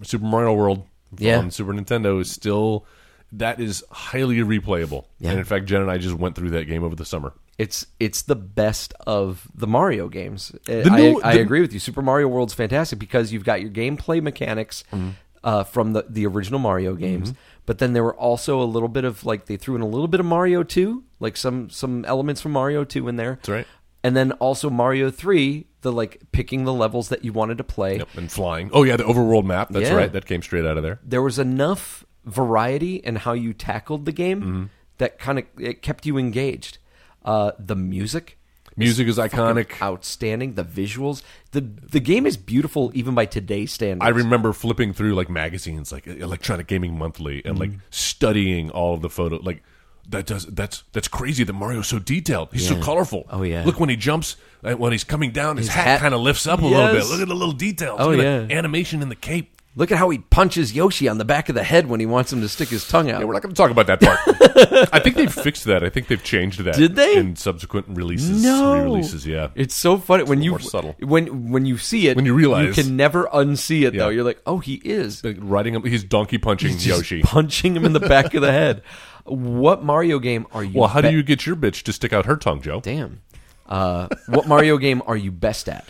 Speaker 4: Super Mario World.
Speaker 3: Yeah.
Speaker 4: on Super Nintendo is still that is highly replayable.
Speaker 3: Yeah.
Speaker 4: And in fact, Jen and I just went through that game over the summer.
Speaker 3: It's it's the best of the Mario games. Uh,
Speaker 4: The new-
Speaker 3: I, I
Speaker 4: the-
Speaker 3: agree with you. Super Mario World's fantastic because you've got your gameplay mechanics
Speaker 4: Mm-hmm.
Speaker 3: uh, from the, the original Mario games, but then there were also a little bit of like they threw in a little bit of Mario Two, like some some elements from Mario Two in there. That's
Speaker 4: right.
Speaker 3: And then also Mario Three, the like picking the levels that you wanted to play.
Speaker 4: Yep, and flying. Oh yeah, the overworld map. That's
Speaker 3: Yeah.
Speaker 4: right. That came straight out of there.
Speaker 3: there was enough variety in how you tackled the game
Speaker 4: Mm-hmm.
Speaker 3: that kind of it kept you engaged. Uh, the music,
Speaker 4: Music is
Speaker 3: fucking
Speaker 4: iconic.
Speaker 3: outstanding. The visuals, the the game is beautiful even by today's standards.
Speaker 4: I remember flipping through like magazines, like E-, Electronic Gaming Monthly, and
Speaker 3: Mm-hmm.
Speaker 4: like studying all of the photo. Like that does that's that's crazy that Mario's so detailed. He's so colorful.
Speaker 3: Oh, yeah.
Speaker 4: Look when he jumps, uh, when he's coming down, his,
Speaker 3: His
Speaker 4: hat,
Speaker 3: hat-
Speaker 4: kind of lifts up a little bit.
Speaker 3: Yes.
Speaker 4: Look at the little details.
Speaker 3: Oh,
Speaker 4: Look at the
Speaker 3: yeah.
Speaker 4: animation in the cape.
Speaker 3: Look at how he punches Yoshi on the back of the head when he wants him to stick his tongue out.
Speaker 4: Yeah, we're not going to talk about that part. I think they've fixed that. I think they've changed that.
Speaker 3: Did they?
Speaker 4: in subsequent releases?
Speaker 3: no
Speaker 4: releases. Yeah.
Speaker 3: it's so funny when you
Speaker 4: more subtle.
Speaker 3: when when you see it
Speaker 4: When you realize.
Speaker 3: you can never unsee it though.
Speaker 4: Yeah.
Speaker 3: You're like, oh, he is.
Speaker 4: Like, riding him, he's donkey punching
Speaker 3: He's just
Speaker 4: Yoshi.
Speaker 3: punching him in the back of the head. What Mario game are you?
Speaker 4: well, how
Speaker 3: be-
Speaker 4: do you get your bitch to stick out her tongue, Joe?
Speaker 3: Damn. Uh, what Mario game are you best at?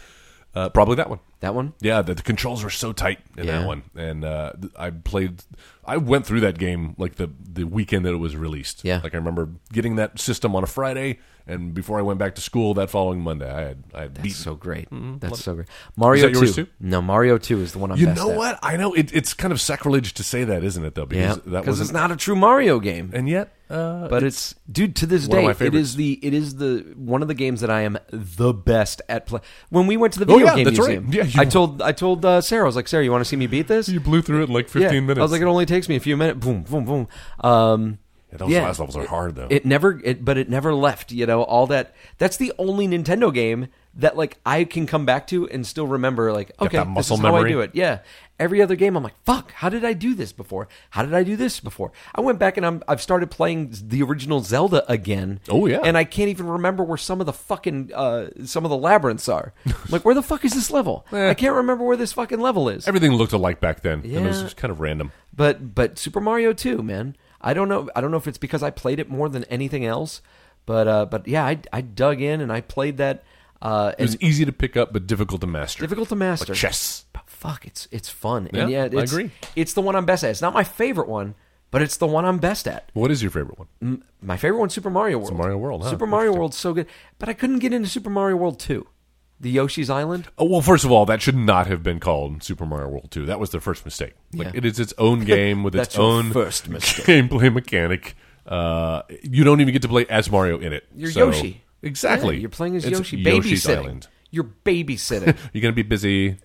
Speaker 4: Uh, probably that one.
Speaker 3: That one?
Speaker 4: Yeah, the, the controls are so tight in
Speaker 3: Yeah.
Speaker 4: that one, and uh, th- I played. I went through that game like the the weekend that it was released.
Speaker 3: Yeah.
Speaker 4: like I remember getting that system on a Friday, and before I went back to school that following Monday, I had I had
Speaker 3: That's
Speaker 4: beaten.
Speaker 3: so great. That's so great. Mario
Speaker 4: Mm-hmm. Is that yours
Speaker 3: 2.
Speaker 4: too?
Speaker 3: No, Mario 2 is the one I'm
Speaker 4: you
Speaker 3: best
Speaker 4: know
Speaker 3: at.
Speaker 4: what? I know it, it's kind of sacrilege to say that, isn't it? Though,
Speaker 3: Yeah.
Speaker 4: because that
Speaker 3: Because
Speaker 4: wasn't.
Speaker 3: it's not a true Mario game.
Speaker 4: and yet, uh,
Speaker 3: but it's, dude to this
Speaker 4: one of
Speaker 3: day
Speaker 4: my
Speaker 3: it
Speaker 4: favorites.
Speaker 3: is the it is the one of the games that I am the best at play. When we went to the
Speaker 4: Oh,
Speaker 3: video
Speaker 4: yeah,
Speaker 3: game
Speaker 4: that's right.
Speaker 3: museum,
Speaker 4: Yeah, you-
Speaker 3: I told I told uh, Sarah I was like Sarah, you want to see me beat this?
Speaker 4: you blew through it in like fifteen
Speaker 3: yeah.
Speaker 4: minutes.
Speaker 3: I was like it only takes me a few minutes. Boom, boom, boom. Um
Speaker 4: Yeah, those
Speaker 3: yeah.
Speaker 4: last levels are hard though.
Speaker 3: it never it, but it never left you know all that that's the only nintendo game that like i can come back to and still remember like okay
Speaker 4: that
Speaker 3: this
Speaker 4: muscle
Speaker 3: is how i
Speaker 4: memory.
Speaker 3: do it yeah every other game i'm like fuck how did i do this before how did i do this before i went back and I'm, i've started playing the original zelda again
Speaker 4: Oh, yeah.
Speaker 3: and i can't even remember where some of the fucking uh some of the labyrinths are I'm like where the fuck is this level
Speaker 4: Eh.
Speaker 3: i can't remember where this fucking level is
Speaker 4: Everything looked alike back then, and it was
Speaker 3: Yeah.
Speaker 4: just kind of random.
Speaker 3: but but Super Mario 2, man. I don't know. I don't know if it's because I played it more than anything else, but uh, but yeah, I, I dug in and I played that. Uh,
Speaker 4: It was
Speaker 3: and
Speaker 4: easy to pick up, but difficult to master.
Speaker 3: difficult to master.
Speaker 4: Like chess.
Speaker 3: But fuck, it's it's fun.
Speaker 4: Yeah,
Speaker 3: and yeah,
Speaker 4: I
Speaker 3: it's,
Speaker 4: agree.
Speaker 3: It's the one I'm best at. It's not my favorite one, but it's the one I'm best at.
Speaker 4: What is your favorite one?
Speaker 3: M- My favorite one's Super Mario World.
Speaker 4: Mario World, huh?
Speaker 3: Super Mario
Speaker 4: Interesting.
Speaker 3: World's so good, but I couldn't get into Super Mario World 2. The Yoshi's Island.
Speaker 4: Oh, well, first of all, that should not have been called Super Mario World 2. That was their first mistake. Like,
Speaker 3: Yeah.
Speaker 4: It is its own game with
Speaker 3: That's
Speaker 4: its
Speaker 3: your
Speaker 4: own
Speaker 3: first mistake.
Speaker 4: gameplay mechanic. Uh, you don't even get to play as Mario in it.
Speaker 3: You're
Speaker 4: So-
Speaker 3: Yoshi.
Speaker 4: Exactly.
Speaker 3: Yeah, you're playing as
Speaker 4: It's
Speaker 3: Yoshi.
Speaker 4: Yoshi's
Speaker 3: babysitting.
Speaker 4: Island.
Speaker 3: You're babysitting.
Speaker 4: You're going to be busy.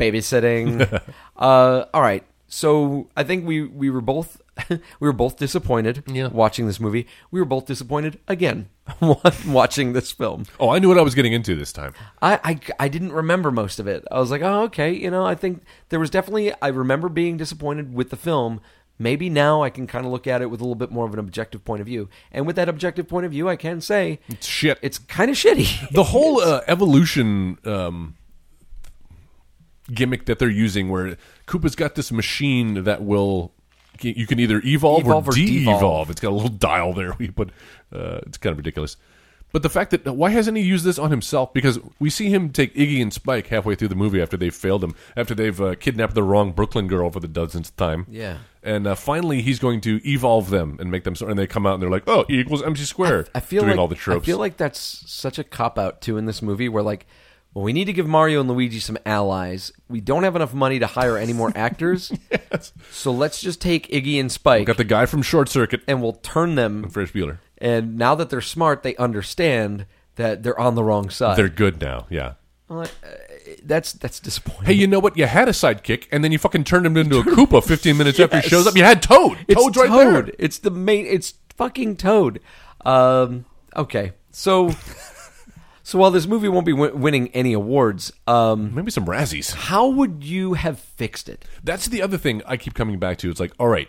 Speaker 3: babysitting. uh, all right. So I think we we were both we were both disappointed watching this movie. We were both disappointed again watching this film.
Speaker 4: Oh, I knew what I was getting into this time.
Speaker 3: I, I I didn't remember most of it. I was like, oh okay, you know, I think there was definitely I remember being disappointed with the film. Maybe now I can kind of look at it with a little bit more of an objective point of view. And with that objective point of view, I can say
Speaker 4: It's shit.
Speaker 3: it's kind of shitty.
Speaker 4: the whole uh, evolution um, gimmick that they're using, where Koopa's got this machine that will you can either evolve,
Speaker 3: Evolve
Speaker 4: or
Speaker 3: or
Speaker 4: de-evolve.
Speaker 3: devolve.
Speaker 4: It's got a little dial there, where you put. Uh, it's kind of ridiculous. But the fact that why hasn't he used this on himself? Because we see him take Iggy and Spike halfway through the movie after they've failed him, after they've uh, kidnapped the wrong Brooklyn girl for the dozenth time.
Speaker 3: Yeah.
Speaker 4: And uh, finally, he's going to evolve them and make them. So, and they come out and they're like, "Oh, E equals MC squared."
Speaker 3: I feel
Speaker 4: doing
Speaker 3: like
Speaker 4: all the tropes.
Speaker 3: I feel like that's such a cop out too in this movie where like well we need to give Mario and Luigi some allies. We don't have enough money to hire any more actors. So let's just take Iggy and Spike
Speaker 4: got the guy from Short Circuit and
Speaker 3: and we'll turn them
Speaker 4: Ferris Bueller.
Speaker 3: and now that they're smart they understand that they're on the wrong side.
Speaker 4: They're good now. Yeah.
Speaker 3: I'm like, uh, that's that's disappointing.
Speaker 4: Hey, you know what? You had a sidekick, and then you fucking turned him into a Koopa 15 minutes after he shows up. You had Toad.
Speaker 3: it's
Speaker 4: Toad's right
Speaker 3: Toad.
Speaker 4: there.
Speaker 3: It's the main it's fucking Toad. Um okay. So So while this movie won't be w- winning any awards, um,
Speaker 4: Maybe some Razzies.
Speaker 3: how would you have fixed it?
Speaker 4: That's the other thing I keep coming back to. It's like, all right,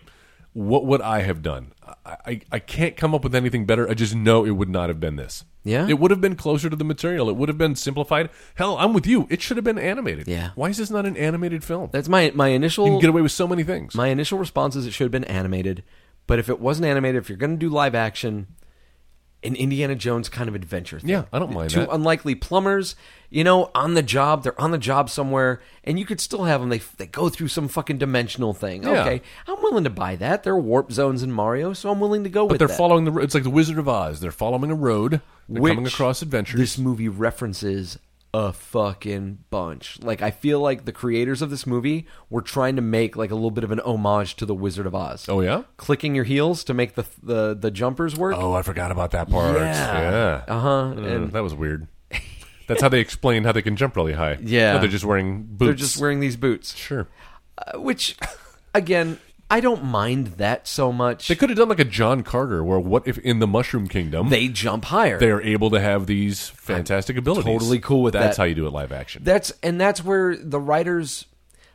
Speaker 4: what would I have done? I, I, I can't come up with anything better. I just know it would not have been this.
Speaker 3: Yeah?
Speaker 4: It would have been closer to the material. It would have been simplified. Hell, I'm with you. It should have been animated.
Speaker 3: Yeah.
Speaker 4: Why is this not an animated film?
Speaker 3: That's my my
Speaker 4: you can
Speaker 3: initial
Speaker 4: get away with so many things.
Speaker 3: my initial response is it should have been animated, but if it wasn't animated, if you're going to do live action, an Indiana Jones kind of adventure thing.
Speaker 4: Yeah, I don't mind
Speaker 3: Two
Speaker 4: that.
Speaker 3: unlikely plumbers, you know, on the job. They're on the job somewhere, and you could still have them. They they go through some fucking dimensional thing.
Speaker 4: Yeah.
Speaker 3: Okay, I'm willing to buy that. There are warp zones in Mario, so I'm willing to go with
Speaker 4: but they're
Speaker 3: that.
Speaker 4: following the. ro- It's like the Wizard of Oz. They're following a road. They're coming
Speaker 3: Which
Speaker 4: across adventures.
Speaker 3: This movie references a fucking bunch. Like I feel like the creators of this movie were trying to make like a little bit of an homage to the Wizard of Oz.
Speaker 4: oh yeah.
Speaker 3: Clicking your heels to make the the, the jumpers work.
Speaker 4: Oh, I forgot about that part.
Speaker 3: Yeah.
Speaker 4: Yeah.
Speaker 3: Uh-huh,
Speaker 4: Mm,
Speaker 3: and-
Speaker 4: that was weird. That's how they explain how they can jump really high.
Speaker 3: Yeah.
Speaker 4: No, they're just wearing boots.
Speaker 3: They're just wearing these boots,
Speaker 4: Sure.
Speaker 3: Uh, which again, I don't mind that so much.
Speaker 4: They could have done like a John Carter, where what if in the Mushroom Kingdom
Speaker 3: they jump higher.
Speaker 4: they are able to have these fantastic abilities?
Speaker 3: totally cool with
Speaker 4: That's
Speaker 3: that.
Speaker 4: how you do it live action.
Speaker 3: That's and that's where the writers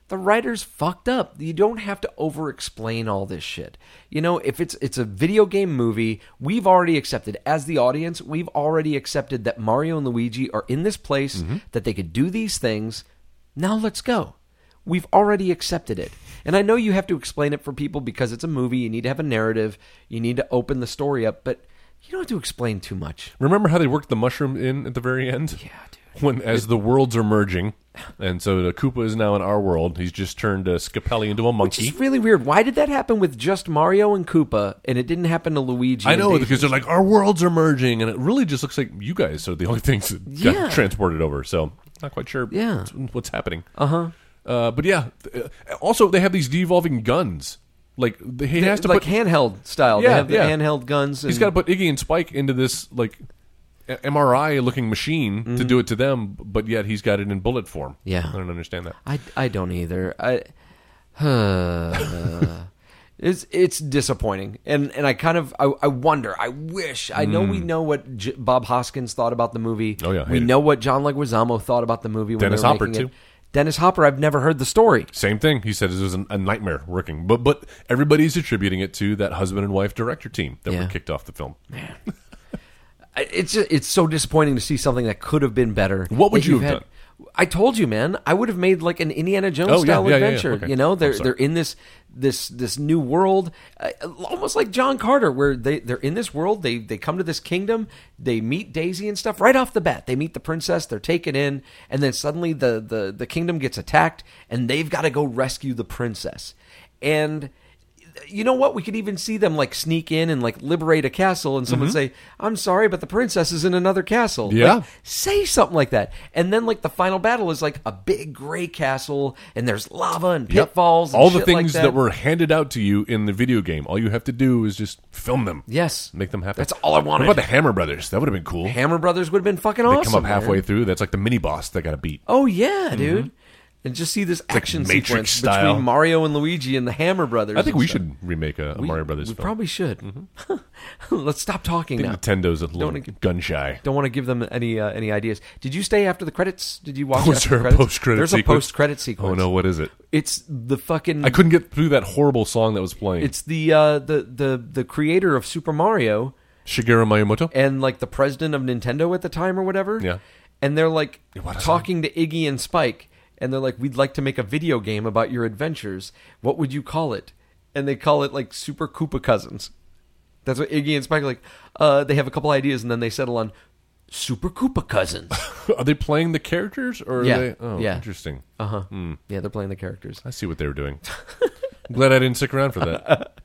Speaker 3: the writers fucked up. You don't have to over explain all this shit. You know, if it's it's a video game movie, we've already accepted as the audience, we've already accepted that Mario and Luigi are in this place that they could do these things. Now let's go. We've already accepted it. And I know you have to explain it for people because it's a movie, you need to have a narrative, you need to open the story up, but you don't have to explain too much.
Speaker 4: Remember how they worked the mushroom in at the very end? Yeah, dude. When as the worlds are merging, and so the Koopa is now in our world. He's just turned uh, Scapelli into a
Speaker 3: Which
Speaker 4: monkey.
Speaker 3: is really weird. Why did that happen with just Mario and Koopa, and it didn't happen to Luigi?
Speaker 4: I
Speaker 3: and
Speaker 4: know
Speaker 3: Daisy?
Speaker 4: because they're like our worlds are merging, and it really just looks like you guys are the only things that got
Speaker 3: Yeah.
Speaker 4: transported over. So not quite sure.
Speaker 3: Yeah.
Speaker 4: what's- what's happening? Uh-huh. But yeah, th- uh, also they have these devolving guns. Like they- he has to
Speaker 3: like
Speaker 4: put
Speaker 3: handheld style. they
Speaker 4: Yeah,
Speaker 3: have the
Speaker 4: yeah.
Speaker 3: handheld guns. And,
Speaker 4: he's got to put Iggy and Spike into this like a- MRI looking machine to do it to them, but yet he's got it in bullet form.
Speaker 3: Mm-hmm. Yeah.
Speaker 4: I don't understand that.
Speaker 3: I I don't either. I. It's it's disappointing, and and I kind of I, I wonder. I wish I know we know what J- Bob Hoskins thought about the movie.
Speaker 4: Hmm. Oh, yeah,
Speaker 3: we
Speaker 4: hated it.
Speaker 3: know what John Leguizamo thought about the movie. When
Speaker 4: Dennis
Speaker 3: they were
Speaker 4: Hopper,
Speaker 3: making it.
Speaker 4: too.
Speaker 3: Dennis Hopper. I've never heard the story.
Speaker 4: Same thing. He said it was an, a nightmare working, but but everybody's attributing it to that husband and wife director team that
Speaker 3: Yeah.
Speaker 4: were kicked off the film.
Speaker 3: I- it's just, it's so disappointing to see something that could have been better.
Speaker 4: What would
Speaker 3: that
Speaker 4: you
Speaker 3: you've
Speaker 4: have
Speaker 3: had- I told you, man. I would have made like an Indiana Jones
Speaker 4: Oh, yeah,
Speaker 3: style
Speaker 4: yeah, yeah, yeah.
Speaker 3: adventure.
Speaker 4: Okay.
Speaker 3: You know,
Speaker 4: I'm
Speaker 3: they're
Speaker 4: sorry.
Speaker 3: they're in this this this new world, uh, almost like John Carter, where they they're in this world. They they come to this kingdom. They meet Daisy and stuff right off the bat. They meet the princess. They're taken in, and then suddenly the the the kingdom gets attacked, and they've got to go rescue the princess. And you know what? We could even see them like sneak in and like liberate a castle, and someone say, "I'm sorry, but the princess is in another castle." Like,
Speaker 4: Mm-hmm. Yeah.
Speaker 3: say something like that, and then like the final battle is like a big gray castle, and there's lava and
Speaker 4: Yep.
Speaker 3: pitfalls. and
Speaker 4: all the
Speaker 3: shit like
Speaker 4: things that. were handed out to you in the video game. All you have to do is just film them.
Speaker 3: Yes.
Speaker 4: make them happen.
Speaker 3: That's all I wanted.
Speaker 4: What about the Hammer Brothers? That would have been cool.
Speaker 3: Hammer Brothers would have been fucking
Speaker 4: they
Speaker 3: awesome.
Speaker 4: come up halfway
Speaker 3: man.
Speaker 4: through. That's like the mini boss they got to beat.
Speaker 3: Oh yeah, dude. And just see this action
Speaker 4: Matrix
Speaker 3: sequence
Speaker 4: style.
Speaker 3: between Mario and Luigi and the Hammer Brothers.
Speaker 4: I think
Speaker 3: and
Speaker 4: we
Speaker 3: stuff.
Speaker 4: should remake a, a Mario Brothers
Speaker 3: We
Speaker 4: film. Mm-hmm.
Speaker 3: probably should. Let's stop talking now.
Speaker 4: Nintendo's a little
Speaker 3: wanna get-
Speaker 4: gun shy.
Speaker 3: Don't want to give them any uh, any ideas. Did you stay after the credits? Did you watch
Speaker 4: Was
Speaker 3: after
Speaker 4: there
Speaker 3: the Oh,
Speaker 4: a
Speaker 3: credits?
Speaker 4: post-credit
Speaker 3: There's
Speaker 4: sequence?
Speaker 3: a post credit sequence.
Speaker 4: Oh no, what is it?
Speaker 3: It's the fucking.
Speaker 4: I couldn't get through that horrible song that was playing.
Speaker 3: It's the uh, the the the creator of Super Mario
Speaker 4: Shigeru Miyamoto.
Speaker 3: and like the president of Nintendo at the time or whatever.
Speaker 4: Yeah.
Speaker 3: And they're like
Speaker 4: what is
Speaker 3: talking to Iggy and Spike, and they're like, "We'd like to make a video game about your adventures. What would you call it?" And they call it like Super Koopa Cousins. That's what Iggy and Spike are like. Uh, they have a couple ideas, and then they settle on
Speaker 5: Super Koopa Cousins.
Speaker 4: Are they playing the characters or are
Speaker 3: Yeah.
Speaker 4: they? Oh,
Speaker 3: Yeah.
Speaker 4: interesting.
Speaker 3: Uh huh. Yeah, they're playing the characters.
Speaker 4: I see what they were doing. I'm glad I didn't stick around for that.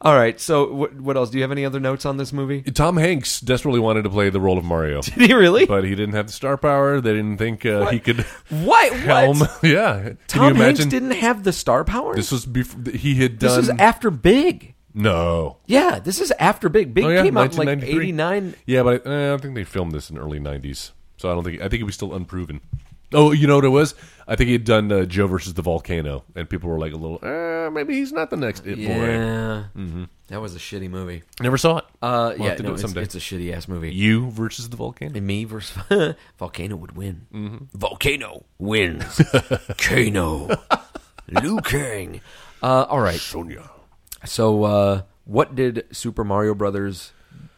Speaker 3: All right. So what, what else? Do you have any other notes on this movie?
Speaker 4: Tom Hanks desperately wanted to play the role of Mario,
Speaker 3: Did he really?
Speaker 4: but he didn't have the star power. They didn't think uh, he could
Speaker 3: What?
Speaker 4: helm.
Speaker 3: What?
Speaker 4: yeah, can
Speaker 3: Tom
Speaker 4: you imagine?
Speaker 3: Hanks didn't have the star power.
Speaker 4: This was before he had
Speaker 3: This
Speaker 4: done.
Speaker 3: is after Big.
Speaker 4: no.
Speaker 3: Yeah, this is after Big. Big
Speaker 4: Oh, yeah,
Speaker 3: came out in like
Speaker 4: 1993.
Speaker 3: '89.
Speaker 4: Yeah, but I, eh, I think they filmed this in the early '90s, so I don't think I think it was still unproven. Oh, you know what it was? I think he had done uh, Joe versus the volcano, and people were like a little, eh, maybe he's not the next it boy.
Speaker 3: that was a shitty movie.
Speaker 4: Never saw it.
Speaker 3: Uh,
Speaker 4: We'll
Speaker 3: yeah,
Speaker 4: have to
Speaker 3: no,
Speaker 4: do it
Speaker 3: it's,
Speaker 4: someday.
Speaker 3: it's a shitty ass movie.
Speaker 4: you versus the volcano.
Speaker 3: And me versus Volcano would win.
Speaker 5: Volcano wins. Kano. Liu Kang.
Speaker 3: Uh, all right.
Speaker 4: Sonia.
Speaker 3: So, uh, what did Super Mario Brothers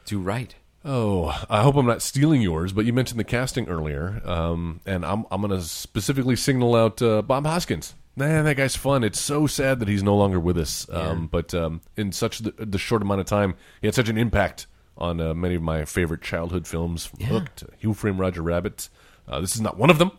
Speaker 3: do right?
Speaker 4: Oh, I hope I'm not stealing yours, but you mentioned the casting earlier, um, and I'm I'm going to specifically signal out uh, Bob Hoskins. Man, that guy's fun. It's so sad that he's no longer with us, um, but um, in such the, the short amount of time, he had such an impact on uh, many of my favorite childhood films, from Hooked, Hugh Frame, Roger Rabbit. Uh, this is not one of them.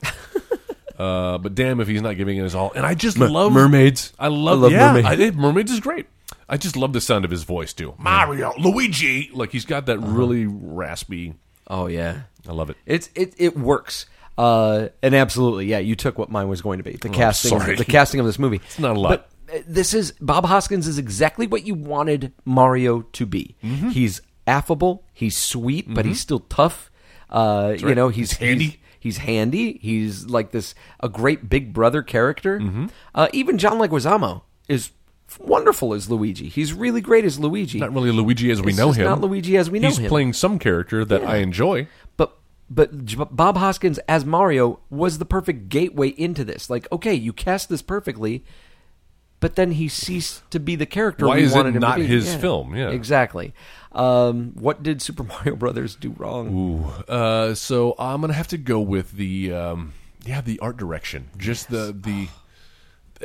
Speaker 4: Uh, but damn if he's not giving it his all. And I just love mermaids. I love,
Speaker 3: I love
Speaker 4: yeah,
Speaker 3: mermaids.
Speaker 4: I, it- mermaids is great. I just love the sound of his voice too. Mario, Luigi, like he's got that really raspy. um,
Speaker 3: Oh yeah,
Speaker 4: I love it.
Speaker 3: it's Uh-huh. it it works. Uh, and absolutely, yeah, you took what mine was going to be the casting,
Speaker 4: Oh, sorry.
Speaker 3: the casting of this movie. It's
Speaker 4: not a lot.
Speaker 3: But uh, this is Bob Hoskins is exactly what you wanted Mario to be.
Speaker 4: Mm-hmm.
Speaker 3: He's affable, he's sweet, but he's still tough. Uh, you know, he's
Speaker 4: handy.
Speaker 3: he's- He's handy. He's like this a great big brother character.
Speaker 4: Mm-hmm.
Speaker 3: Uh, even John Leguizamo is wonderful as Luigi. He's really great as Luigi.
Speaker 4: Not really Luigi as we
Speaker 3: It's
Speaker 4: know
Speaker 3: just
Speaker 4: him.
Speaker 3: not Luigi as we know
Speaker 4: he's
Speaker 3: him.
Speaker 4: playing some character that I enjoy.
Speaker 3: But but J- Bob Hoskins as Mario was the perfect gateway into this. Like, okay, you cast this perfectly, but then he ceased to be the character.
Speaker 4: Why
Speaker 3: we
Speaker 4: is it
Speaker 3: wanted him to
Speaker 4: not
Speaker 3: be.
Speaker 4: his film? Yeah.
Speaker 3: exactly. Um, what did Super Mario Brothers do wrong?
Speaker 4: Ooh. Uh, so I'm gonna have to go with the um, yeah the art direction. Just the the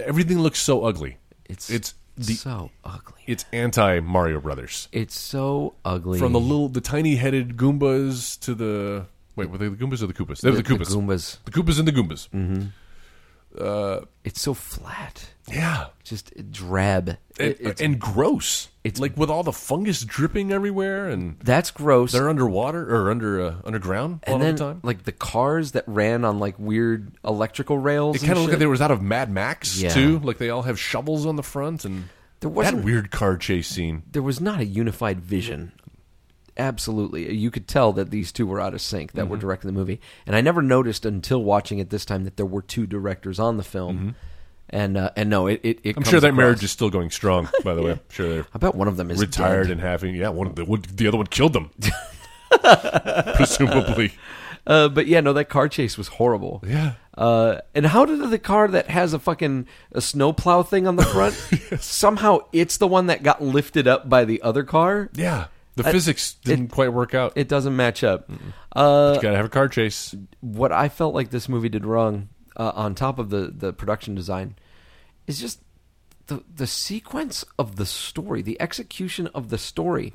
Speaker 4: everything looks so ugly.
Speaker 3: It's
Speaker 4: it's the
Speaker 3: so ugly.
Speaker 4: it's anti Mario Brothers.
Speaker 3: It's so ugly.
Speaker 4: from the little the tiny headed Goombas to the wait were they the Goombas or the Koopas? They were the,
Speaker 3: the
Speaker 4: Koopas.
Speaker 3: Goombas.
Speaker 4: The Koopas and the Goombas.
Speaker 3: Mm-hmm. It's so flat.
Speaker 4: Yeah,
Speaker 3: Just drab.
Speaker 4: and,
Speaker 3: It- it's,
Speaker 4: and gross.
Speaker 3: it's-
Speaker 4: It's like with all the fungus dripping everywhere, and
Speaker 3: that's gross.
Speaker 4: they're underwater or under uh, underground all
Speaker 3: and then,
Speaker 4: the time.
Speaker 3: like the cars that ran on like weird electrical rails.
Speaker 4: it kind of looked
Speaker 3: looked
Speaker 4: like they was out of Mad Max
Speaker 3: Yeah.
Speaker 4: too. Like they all have shovels on the front, and
Speaker 3: There wasn't-
Speaker 4: that weird car chase scene.
Speaker 3: there was not a unified vision. Absolutely. You could tell that these two were out of sync that were
Speaker 4: Mm-hmm.
Speaker 3: directing the movie. And I never noticed until watching it this time that there were two directors on the film. And uh, and no, it it, it
Speaker 4: Mm-hmm. I'm
Speaker 3: comes
Speaker 4: sure that
Speaker 3: across-
Speaker 4: marriage is still going strong. By the way, I'm sure they're
Speaker 3: I bet one of them is
Speaker 4: retired
Speaker 3: dead.
Speaker 4: and having yeah one of the, one- the other one killed them, presumably.
Speaker 3: Uh, but yeah, no, that car chase was horrible.
Speaker 4: Yeah.
Speaker 3: Uh, and how did the car that has a fucking a snowplow thing on the front somehow it's the one that got lifted up by the other car?
Speaker 4: Yeah, the
Speaker 3: I-
Speaker 4: physics didn't quite work out.
Speaker 3: It doesn't match up. Uh,
Speaker 4: you gotta have a car chase.
Speaker 3: what I felt like this movie did wrong, uh, on top of the the production design, is just the the sequence of the story, the execution of the story.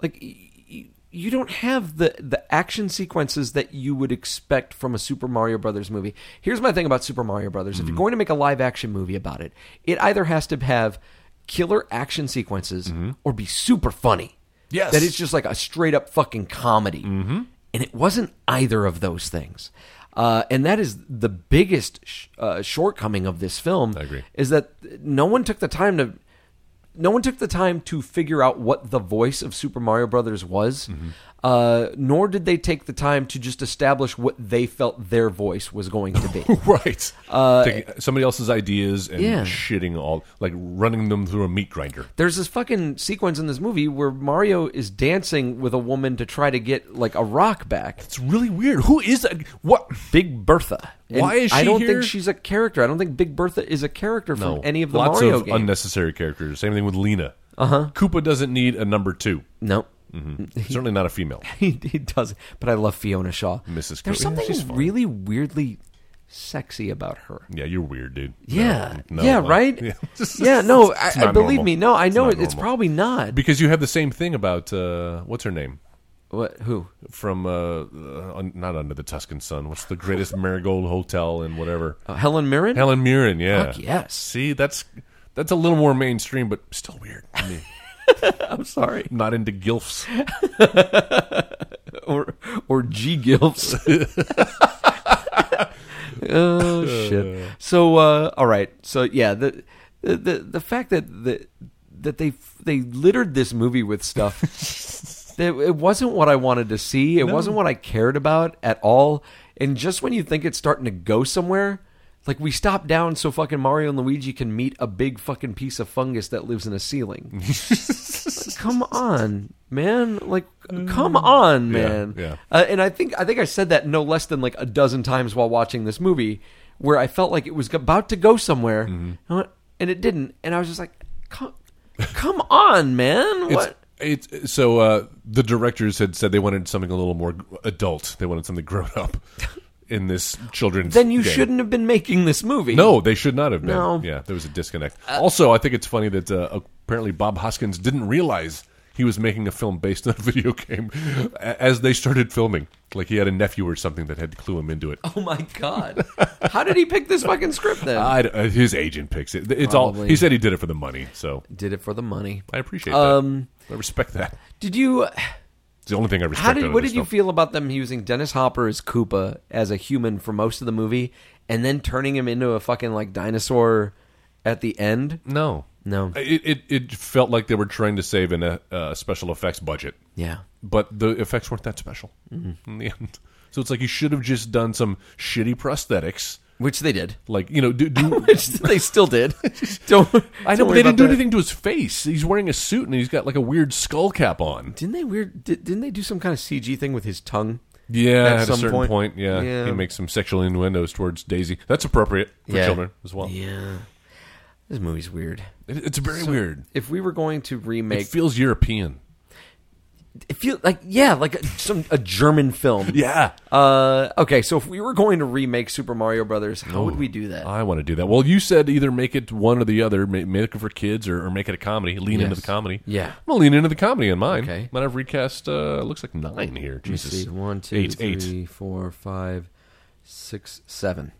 Speaker 3: Like y- y- you don't have the the action sequences that you would expect from a Super Mario Brothers movie. Here's my thing about Super Mario Brothers: if you're going to make a live action movie about it, it either has to have killer action sequences or be super funny.
Speaker 4: Yes.
Speaker 3: that it's just like a straight up fucking comedy. And it wasn't either of those things. Uh, and that is the biggest sh- uh, shortcoming of this film. I
Speaker 4: agree.
Speaker 3: Is that no one took the time to. No one took the time to figure out what the voice of Super Mario Brothers was, uh, nor did they take the time to just establish what they felt their voice was going to be.
Speaker 4: Right. Taking somebody else's ideas and
Speaker 3: Uh, Yeah.
Speaker 4: shitting all, like running them through a meat grinder.
Speaker 3: There's this fucking sequence in this movie where Mario is dancing with a woman to try to get like a rock back.
Speaker 4: It's really weird. Who is that? What?
Speaker 3: Big Bertha. And
Speaker 4: Why is
Speaker 3: I
Speaker 4: she
Speaker 3: don't
Speaker 4: here?
Speaker 3: think she's a character. I don't think Big Bertha is a character from any of the
Speaker 4: Lots
Speaker 3: Mario
Speaker 4: of
Speaker 3: games. Uh-huh.
Speaker 4: unnecessary characters. Same thing with Lena. Uh huh. Koopa doesn't need a number two.
Speaker 3: no.
Speaker 4: Mm. Certainly not a female.
Speaker 3: He, he does, but I love Fiona Shaw. There's
Speaker 4: Mrs. Cody.
Speaker 3: something
Speaker 4: She's fine.
Speaker 3: really weirdly sexy about her.
Speaker 4: Yeah, you're weird, dude.
Speaker 3: Yeah,
Speaker 4: No, no,
Speaker 3: yeah,
Speaker 4: no.
Speaker 3: right.
Speaker 4: Yeah.
Speaker 3: Yeah, no,
Speaker 4: It's
Speaker 3: I, I
Speaker 4: not
Speaker 3: believe
Speaker 4: normal.
Speaker 3: me. No, I know
Speaker 4: not
Speaker 3: it, it's
Speaker 4: normal.
Speaker 3: probably not.
Speaker 4: Because you have the same thing about uh, what's her name,
Speaker 3: What? Who?
Speaker 4: from uh, uh, un- not under the Tuscan sun. What's the greatest marigold hotel in whatever?
Speaker 3: Uh, Helen Mirren.
Speaker 4: Helen Mirren, yeah.
Speaker 3: Fuck yes.
Speaker 4: See, that's that's a little more mainstream, but still weird. I mean,
Speaker 3: I'm sorry.
Speaker 4: not into gilfs.
Speaker 3: Or or G Gilfs. oh shit. So uh, all right. So yeah, the the the, the fact that the, that they they littered this movie with stuff. that it wasn't what I wanted to see. It wasn't what I cared about at all. And just when you think it's starting to go somewhere, like we stop down so fucking Mario and Luigi can meet a big fucking piece of fungus that lives in a ceiling. come on, man! Like, come on, man!
Speaker 4: Mm. yeah.
Speaker 3: Uh, and I think I think I said that no less than like a dozen times while watching this movie, where I felt like it was about to go somewhere, and I went- and it didn't. And I was just like, "Come, come on, man! What?"
Speaker 4: It's, it's so uh, the directors had said they wanted something a little more adult. They wanted something grown up in this children's.
Speaker 3: then you
Speaker 4: game.
Speaker 3: shouldn't have been making this movie.
Speaker 4: No, they should not have been.
Speaker 3: No. Uh,
Speaker 4: Yeah, there was a disconnect. also, I think it's funny that uh, apparently Bob Hoskins didn't realize he was making a film based on a video game a- as they started filming. Like he had a nephew or something that had to clue him into it.
Speaker 3: Oh my god! How did he pick this fucking script then?
Speaker 4: I d- uh, his agent picks it. It's all
Speaker 3: Probably.
Speaker 4: he said. He did it for the money, so
Speaker 3: did it for the money.
Speaker 4: I appreciate
Speaker 3: Um,
Speaker 4: that. I respect that.
Speaker 3: Did you?
Speaker 4: It's the only thing I respect.
Speaker 3: How did?
Speaker 4: out of
Speaker 3: What
Speaker 4: this
Speaker 3: did you
Speaker 4: film.
Speaker 3: feel about them using Dennis Hopper as Koopa as a human for most of the movie, and then turning him into a fucking like dinosaur at the end?
Speaker 4: No,
Speaker 3: No.
Speaker 4: It, it it felt like they were trying to save in a, a special effects budget.
Speaker 3: Yeah.
Speaker 4: but the effects weren't that special in the end. So it's like you should have just done some shitty prosthetics,
Speaker 3: Which they did.
Speaker 4: like you know, do, do
Speaker 3: Which they still did. Don't.
Speaker 4: I know
Speaker 3: don't
Speaker 4: but
Speaker 3: worry
Speaker 4: they didn't
Speaker 3: about
Speaker 4: do
Speaker 3: that.
Speaker 4: anything to his face. He's wearing a suit and he's got like a weird skull cap on.
Speaker 3: Didn't they weird? Did, didn't they do some kind of CG thing with his tongue?
Speaker 4: Yeah,
Speaker 3: At
Speaker 4: at,
Speaker 3: some
Speaker 4: a certain
Speaker 3: point.
Speaker 4: point, yeah,
Speaker 3: Yeah.
Speaker 4: he makes some sexual innuendos towards Daisy. That's appropriate for
Speaker 3: Yeah.
Speaker 4: children as well.
Speaker 3: Yeah. This movie's weird.
Speaker 4: It, it's very weird.
Speaker 3: If we were going to
Speaker 4: It
Speaker 3: remake
Speaker 4: feels European.
Speaker 3: it feels like yeah, like a, some a German film.
Speaker 4: Yeah.
Speaker 3: Uh, okay, so if we were going to remake Super Mario Brothers, how would we do that?
Speaker 4: I want to do that. Well, you said either make it one or the other, ma- make it for kids or, or make it a comedy. Lean into
Speaker 3: Yes.
Speaker 4: the comedy.
Speaker 3: Yeah.
Speaker 4: I'm gonna lean into the comedy in mine.
Speaker 3: Okay.
Speaker 4: Might have recast. Uh, looks like nine here.
Speaker 3: Let me
Speaker 4: Jesus,
Speaker 3: see. One, two,
Speaker 4: eight,
Speaker 3: three,
Speaker 4: eight.
Speaker 3: four, five, six, seven.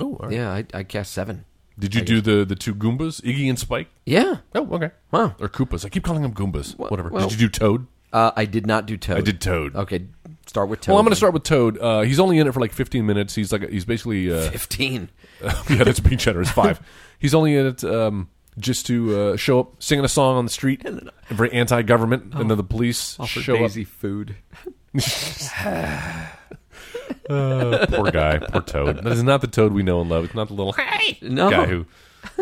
Speaker 4: Oh, all right.
Speaker 3: Yeah, I, I cast seven.
Speaker 4: Did you do the the two Goombas, Iggy and Spike?
Speaker 3: Yeah.
Speaker 4: Oh, okay.
Speaker 3: Wow.
Speaker 4: Or Koopas. I keep calling them Goombas. Whatever.
Speaker 3: well-
Speaker 4: did you do Toad?
Speaker 3: Uh, I did not do Toad.
Speaker 4: I did Toad.
Speaker 3: Okay, start with Toad.
Speaker 4: Well, I'm going to start with Toad. Uh, he's only in it for like 15 minutes. He's like he's basically uh,
Speaker 3: fifteen.
Speaker 4: yeah, that's being generous. Five. He's only in it um, just to uh, show up singing a song on the street, very anti-government, and then the police
Speaker 3: Offer
Speaker 4: show
Speaker 3: Oh. Daisy food.
Speaker 4: up. Poor guy, poor Toad. That is not the Toad we know and love. It's not the little
Speaker 3: No.
Speaker 4: guy who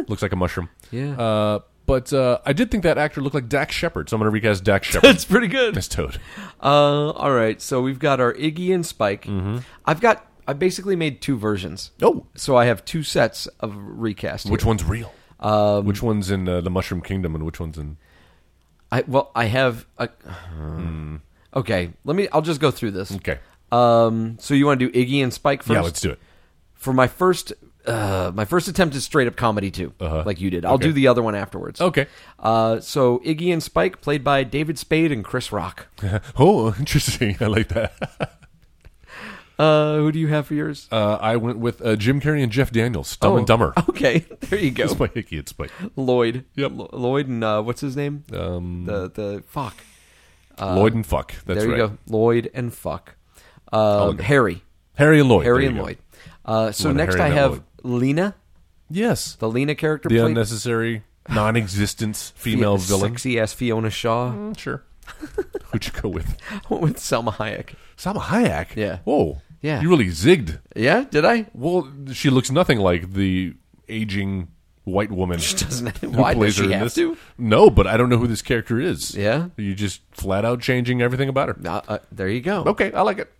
Speaker 4: looks like a mushroom.
Speaker 3: Yeah.
Speaker 4: Uh, but uh, I did think that actor looked like Dax Shepard, so I'm going to recast Dax Shepard
Speaker 3: It's pretty good.
Speaker 4: as Toad.
Speaker 3: Uh, all right, so we've got our Iggy and Spike. I've got. I basically made two versions.
Speaker 4: Mm-hmm. Oh.
Speaker 3: So I have two sets of recast.
Speaker 4: Which
Speaker 3: here.
Speaker 4: one's real?
Speaker 3: Um,
Speaker 4: which one's in uh, the Mushroom Kingdom and which one's in?
Speaker 3: I well, I have a. Okay, let me. I'll just go through this.
Speaker 4: Hmm. Okay,
Speaker 3: Um. So you want to do Iggy and Spike first?
Speaker 4: yeah, let's do it.
Speaker 3: For my first, uh, my first attempt is straight up comedy too, like you did. I'll
Speaker 4: Uh-huh. Okay.
Speaker 3: do the other one afterwards.
Speaker 4: Okay.
Speaker 3: Uh. So Iggy and Spike, played by David Spade and Chris Rock.
Speaker 4: Oh, interesting. I like that.
Speaker 3: Uh. Who do you have for yours?
Speaker 4: Uh, I went with uh, Jim Carrey and Jeff Daniels, Dumb
Speaker 3: Oh,
Speaker 4: and Dumber.
Speaker 3: Okay. There you go.
Speaker 4: That's my hickey. It's my
Speaker 3: Lloyd.
Speaker 4: Yep.
Speaker 3: L- Lloyd and uh, what's his name?
Speaker 4: um,
Speaker 3: the the fuck.
Speaker 4: Lloyd and Fuck. That's
Speaker 3: Uh, There you
Speaker 4: right.
Speaker 3: go. Lloyd and fuck. Um,
Speaker 4: look it up.
Speaker 3: Harry.
Speaker 4: Harry and Lloyd.
Speaker 3: Harry
Speaker 4: There
Speaker 3: and
Speaker 4: you go.
Speaker 3: Lloyd. Uh, so
Speaker 4: One
Speaker 3: next
Speaker 4: Harry,
Speaker 3: I
Speaker 4: not
Speaker 3: have
Speaker 4: Lloyd.
Speaker 3: Lena,
Speaker 4: Yes,
Speaker 3: the Lena character
Speaker 4: the
Speaker 3: played
Speaker 4: unnecessary, non-existent female villain. Mm,
Speaker 3: sexy ass Fiona Shaw.
Speaker 4: Sure. Who'd you go with?
Speaker 3: Went with Selma Hayek.
Speaker 4: Salma Hayek.
Speaker 3: Yeah.
Speaker 4: Whoa.
Speaker 3: Yeah.
Speaker 4: You really zigged.
Speaker 3: Yeah, did I?
Speaker 4: Well, she looks nothing like the aging white woman. She
Speaker 3: doesn't- why does she have
Speaker 4: this.
Speaker 3: to?
Speaker 4: No, but I don't know who this character is.
Speaker 3: Yeah.
Speaker 4: you just flat out changing everything about her.
Speaker 3: Uh, uh, there you go.
Speaker 4: Okay, I like it.